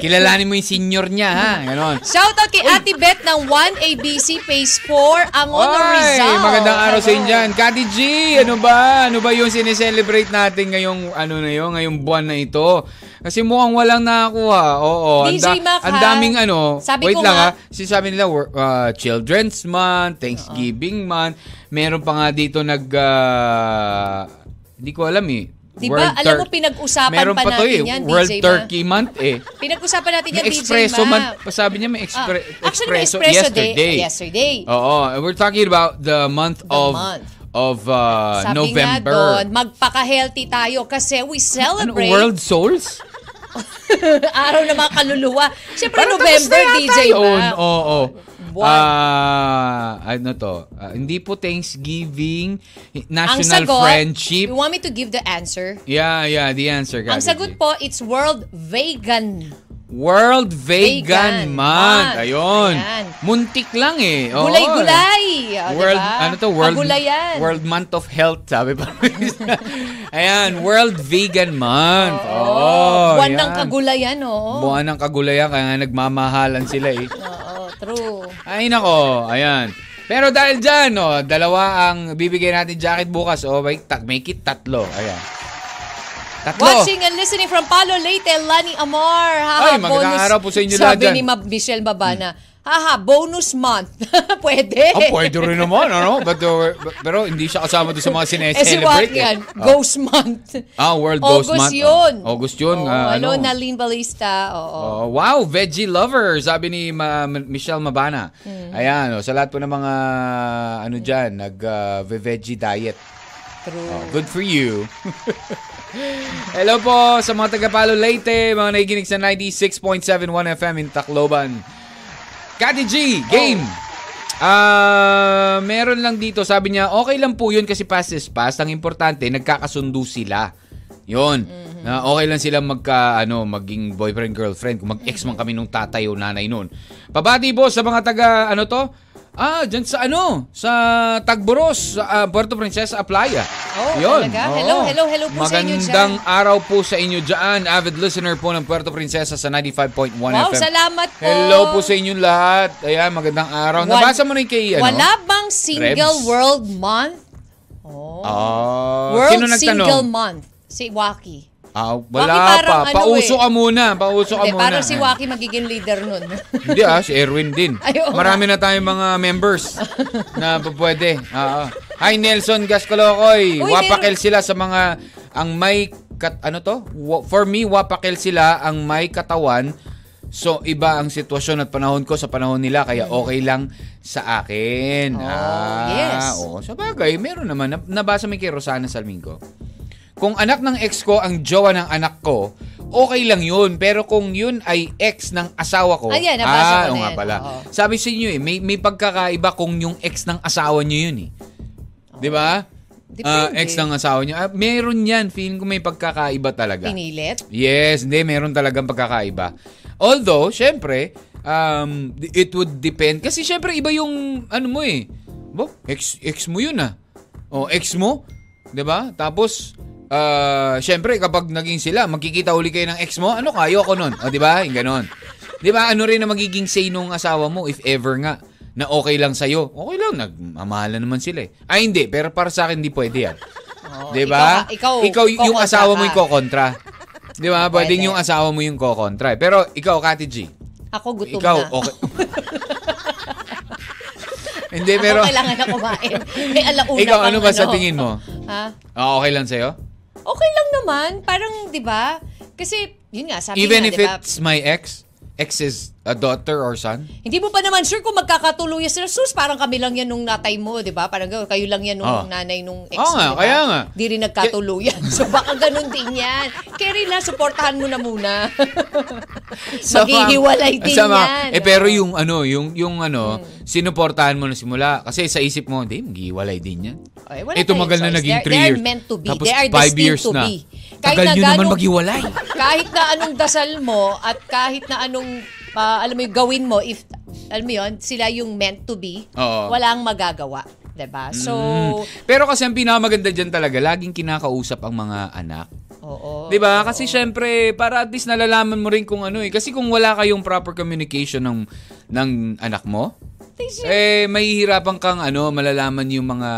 Kilalanin mo yung senior niya ha, ganon.
Shoutout kay Ate Beth ng 1ABC Phase 4, ang Ono Rizal.
magandang araw sa inyo
Ano?
dyan. Kati G, ano ba? Ano ba yung sineselebrate natin ngayong, ano na yun, ngayong buwan na ito? Kasi mukhang walang nakakuha. Oo. ang
DJ
da-
Mac,
Ang
ha?
daming ano.
Sabi
wait
ko
lang
nga-
ha. Sinasabi nila wor- ah, Children's Month, Thanksgiving Month. Meron pa nga dito nag... ah, hindi ko alam eh.
Diba? Alam mo, pinag-usapan
Meron
pa
to
natin
eh.
yan,
World
DJ Ma.
Turkey Month eh.
Pinag-usapan natin
May
yung DJ
espresso man.
Mac.
Sabi niya may expre-
Ah, actually, may
espresso,
espresso day-
yesterday. Oh,
yesterday.
Oo. and We're talking about the month
The
of
month.
of ah,
Sabi
November.
nga doon, magpaka-healthy tayo kasi we
Ano,
celebrate
World Souls?
araw ng mga kaluluwa. Siyempre,
Parang
Ano, November,
tapos na yata
DJ
yun. Oh,
Mac.
Oo, oo.
Buwan.
Ah, ano to? Ah, hindi po Thanksgiving,
Ang
National
sagot,
Friendship.
you want me to give the answer?
Yeah, yeah, the answer.
Ang
Kagad
sagot
eh.
po, it's World Vegan.
World Vegan, Month.
Vegan Month.
Ayun.
Ayan.
Muntik lang eh. Oo.
Gulay-gulay. O,
World,
diba?
ano to? World,
Pagulayan.
World Month of Health, sabi pa. [LAUGHS] Ayan, World Vegan Month. Oo.
Oh, buwan ng
ayan.
kagulayan, oo.
Buwan ng kagulayan, kaya nga nagmamahalan sila eh.
Oo, true.
Ay nako, ayan. Pero dahil dyan, no, dalawa ang bibigay natin jacket bukas. O, may, ta- make it tatlo. Ayan. Tatlo.
Watching and listening from Palo Leyte, Lani Amar.
Ay,
Haha,
magandang
bonus-
araw po sa inyo lahat
Sabi
dyan.
ni Ma- Michelle Babana, haha, bonus month. [LAUGHS] Pwede.
Oh, pwede rin naman, ano? But, uh, but- pero hindi siya kasama doon sa mga
Eh, si Wak
sineselebrate.
yan,
Oh.
Ghost Month.
Ah, World
August
Ghost Month.
yun.
Oh, August yun.
Oo,
ah,
hello,
ano.
Nalin Balista. Oo.
Oh, wow, veggie lover, sabi ni Ma- M- Michelle Mabana. Ayan, oh, sa lahat po ng mga ano dyan, nag-veggie diet.
True.
Oh, good for you. [LAUGHS] Hello po sa mga taga-Palo Leyte, mga nakikinig sa 96.71 FM in Tacloban. Kati G, game!
Oh.
Ah, meron lang dito, sabi niya, okay lang po 'yun kasi past is past. Ang importante, nagkakasundo sila. 'Yun.
Mm-hmm.
Na okay lang silang magka ano, maging boyfriend girlfriend kung mag-ex man kami nung tatay o nanay noon. Pabati po sa mga taga ano to? Ah, dyan sa ano? Sa Tagboros, sa ah, Puerto Princesa, Aplaya.
Oh, talaga?
Oo.
Hello, hello, hello po sa inyo dyan.
Magandang araw po sa inyo dyan. Avid listener po ng Puerto Princesa sa 95.1
Wow,
FM.
salamat po.
Hello po sa inyong lahat. Ayan, magandang araw.
Wal-
Nabasa mo na yung kay, ano?
Wala bang single
Rebs?
world month? Oh.
Ah,
world
sino nagtanong?
single month. Si Waki.
Ah, wala
Waki parang
pa.
ano
Pauso
eh.
ka muna. Pauso ka
Hindi,
muna.
parang si Waki magiging leader
[LAUGHS]
nun.
Hindi ah, si Erwin din.
Ay, oo
Marami na tayong mga members na pa- pwede. Oo. Hi Nelson Gascolocoy.
Uy,
Wapakel
meron-
sila sa mga ang may kat, ano to? Wa- For me, wapakel sila ang may katawan. So iba ang sitwasyon at panahon ko sa panahon nila kaya okay lang sa akin.
Oh,
ah,
yes.
Oo, sa bagay, meron naman Nab- nabasa mo kay Rosana Salmingo. Kung anak ng ex ko ang jowa ng anak ko, okay lang yun. Pero kung yun ay ex ng asawa ko,
Ayan,
ah,
nabasa ko na
oo nga
yan.
pala.
Oo.
Sabi sa inyo eh, may, may pagkakaiba kung yung ex ng asawa nyo yun eh. Di ba? Ah,
Depende.
ex ng asawa nyo. Ah, meron yan. Feeling ko may pagkakaiba talaga.
Pinilit.
Yes, hindi, meron talagang pagkakaiba. Although, syempre, um, it would depend. Kasi syempre, iba yung, ano mo eh. Bo, ex, ex mo yun ah. O, ex mo. 'Di ba? Tapos, ah, syempre, kapag naging sila, magkikita uli kayo ng ex mo, ano kayo ako nun? O, di ba? Yung ganon. Di ba? Ano rin na magiging say nung asawa mo, if ever nga, na okay lang sa'yo. Okay lang, nagmamahalan naman sila eh. Ay, hindi. Pero para sa akin, hindi pwede yan.
Oo,
'Di ba?
Oh, Ikaw, ikaw,
Diba? y- yung
kokontra
asawa mo
ka.
yung kokontra. 'Di ba? Pwedeng
[LAUGHS] Pwede.
yung asawa mo yung kokontra. eh. Pero ikaw, Kati G.
Ako gutom
ikaw,
na.
okay. Hindi,
[LAUGHS] Ako
pero
kailangan na kumain. [LAUGHS] May alauna
ikaw
pang
ano ba sa tingin mo?
Ha?
Ah, okay lang sa'yo?
Okay lang naman. Parang, di ba? Kasi, yun nga, sabi
Even
nga, diba,
if
di ba?
it's my ex, ex is a daughter or son?
Hindi mo pa naman sure kung magkakatuluyan sila. Sus, parang kami lang yan nung natay mo, di ba? Parang gano'n, kayo lang yan nung
Oo.
nanay nung ex
Ah. Oo
mo,
nga,
di ba?
kaya nga.
Di rin nagkatuluyan. so baka ganun din yan. Kerry na, supportahan mo na muna.
Sa mga-
Maghihiwalay din
sa mga-
yan.
Eh pero yung ano, yung yung ano,
Hmm.
sinuportahan mo na simula kasi sa isip mo, hindi maghihiwalay din yan.
Okay, wala
eh tumagal
tayong
na
choice.
naging
They're-
3
they're
years.
meant to be.
Tapos
They
5
are destined
years
to
na.
be. Kahit
Tagal
na
nyo naman
ganong-
maghiwalay.
kahit na anong dasal mo at kahit na anong ah, alam mo yung gawin mo if alam mo yun sila yung meant to be
Oo. Mm.
walang magagawa 'di ba so
Pero kasi ang pinakamaganda dyan talaga, laging kinakausap ang mga anak.
oo
'Di ba? Kasi syempre, para at least nalalaman mo rin kung ano eh. Kasi kung wala kayong proper communication ng ng anak mo, eh mahihirapan kang ano malalaman yung mga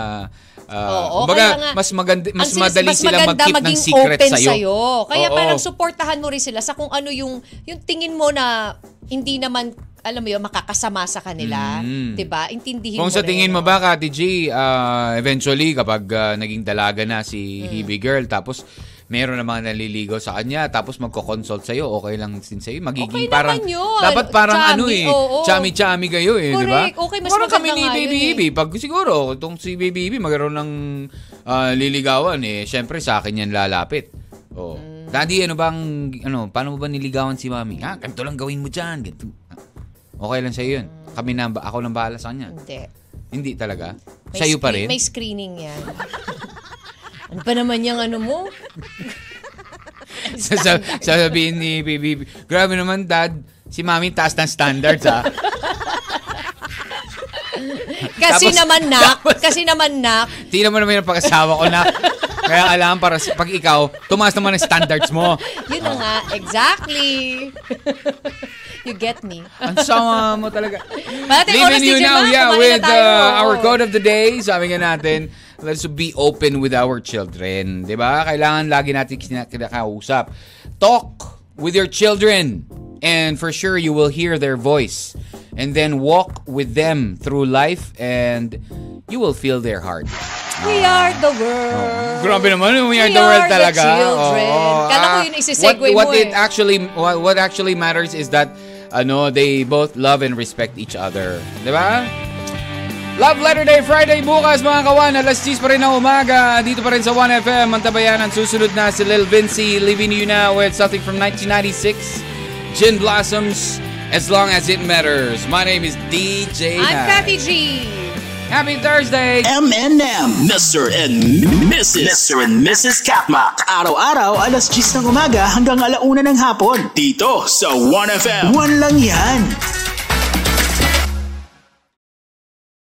Ah,
Oo,
kumbaga,
kaya nga,
mas, maganda, mas
Ang sinas-
madali
mas
sila
maganda
mag-keep ng
maging
secret
open
sa'yo.
Kaya
Oo.
parang suportahan mo rin sila sa kung ano yung, yung tingin mo na hindi naman, alam mo yun, makakasama sa kanila.
Mm.
'Di ba? Intindihin
Kung
mo
sa
rin.
tingin mo ba, Kati G, ah, eventually kapag ah, naging dalaga na si
Mm.
Hebe Girl, tapos meron na mga naliligaw sa kanya, tapos magko-consult sa'yo, okay lang din sa'yo. Magiging
Okay naman
parang,
yun.
dapat parang
Chami,
ano eh,
oo.
chami-chami kayo eh, di ba?
Correct. Okay, mas
Parang kami
maganda
ni
nga
Baby
yun eh.
Hebe, pag siguro, itong si Baby Hebe magkaroon ng ah, liligawan eh, syempre sa akin yan lalapit. Oh.
Mm.
Daddy, ano bang, ano, paano mo ba niligawan si Mami? Ha, ganito lang gawin mo dyan, ganito. Ah, Okay lang sa'yo
Mm.
yun. Kami na, ako lang bahala sa kanya.
Hindi.
Hindi talaga?
May
Sa'yo pa rin?
screen-
[LAUGHS]
May screening yan. ano pa naman yung ano mo?
Sasa- Sasabihin ni Baby, grabe naman dad, si mami taas ng standards ah."
[LAUGHS]
ha. [LAUGHS]
Kasi
Tapos-
naman nak. kasi naman nak.
Tingnan mo naman yung pag-asawa ko na. Kaya alam para sa- pag ikaw, tumaas naman ang standards mo.
Yun na nga. Exactly. [LAUGHS] you get me.
Ang sama mo talaga.
Parating oras
Leaving
ni
you
Jim,
now,
ah.
yeah,
Kumain na
with
tayo.
uh, our code of the day. Sabi nga natin, let's be open with our children. 'Di ba? Kailangan lagi natin kina- kinakausap. Talk with your children. And for sure, you will hear their voice. And then walk with them through life and you will feel their heart.
We are the world.
Oh, Grabe naman, we are
We
the world
are the
talaga.
children. Kala ko
ah,
yun isisegue
what, what
mo
It
eh.
actually, what, what actually matters is that ano, they both love and respect each other. Di ba? Love Letter Day Friday bukas mga kawan. Alas 10 pa rin ng umaga. Dito pa rin sa 1FM. Ang tabayanan. Susunod na si Lil Vinci. Leaving you now with something from 1996. Gin Blossoms. As long as it matters. My name is DJ
I'm
Nat.
Kathy G.
Happy Thursday!
M&M, Mr. and Mrs. Mr. and Mrs. Katma.
Araw-araw, alas 10 ng umaga hanggang alauna ng hapon.
Dito sa 1FM.
One lang yan.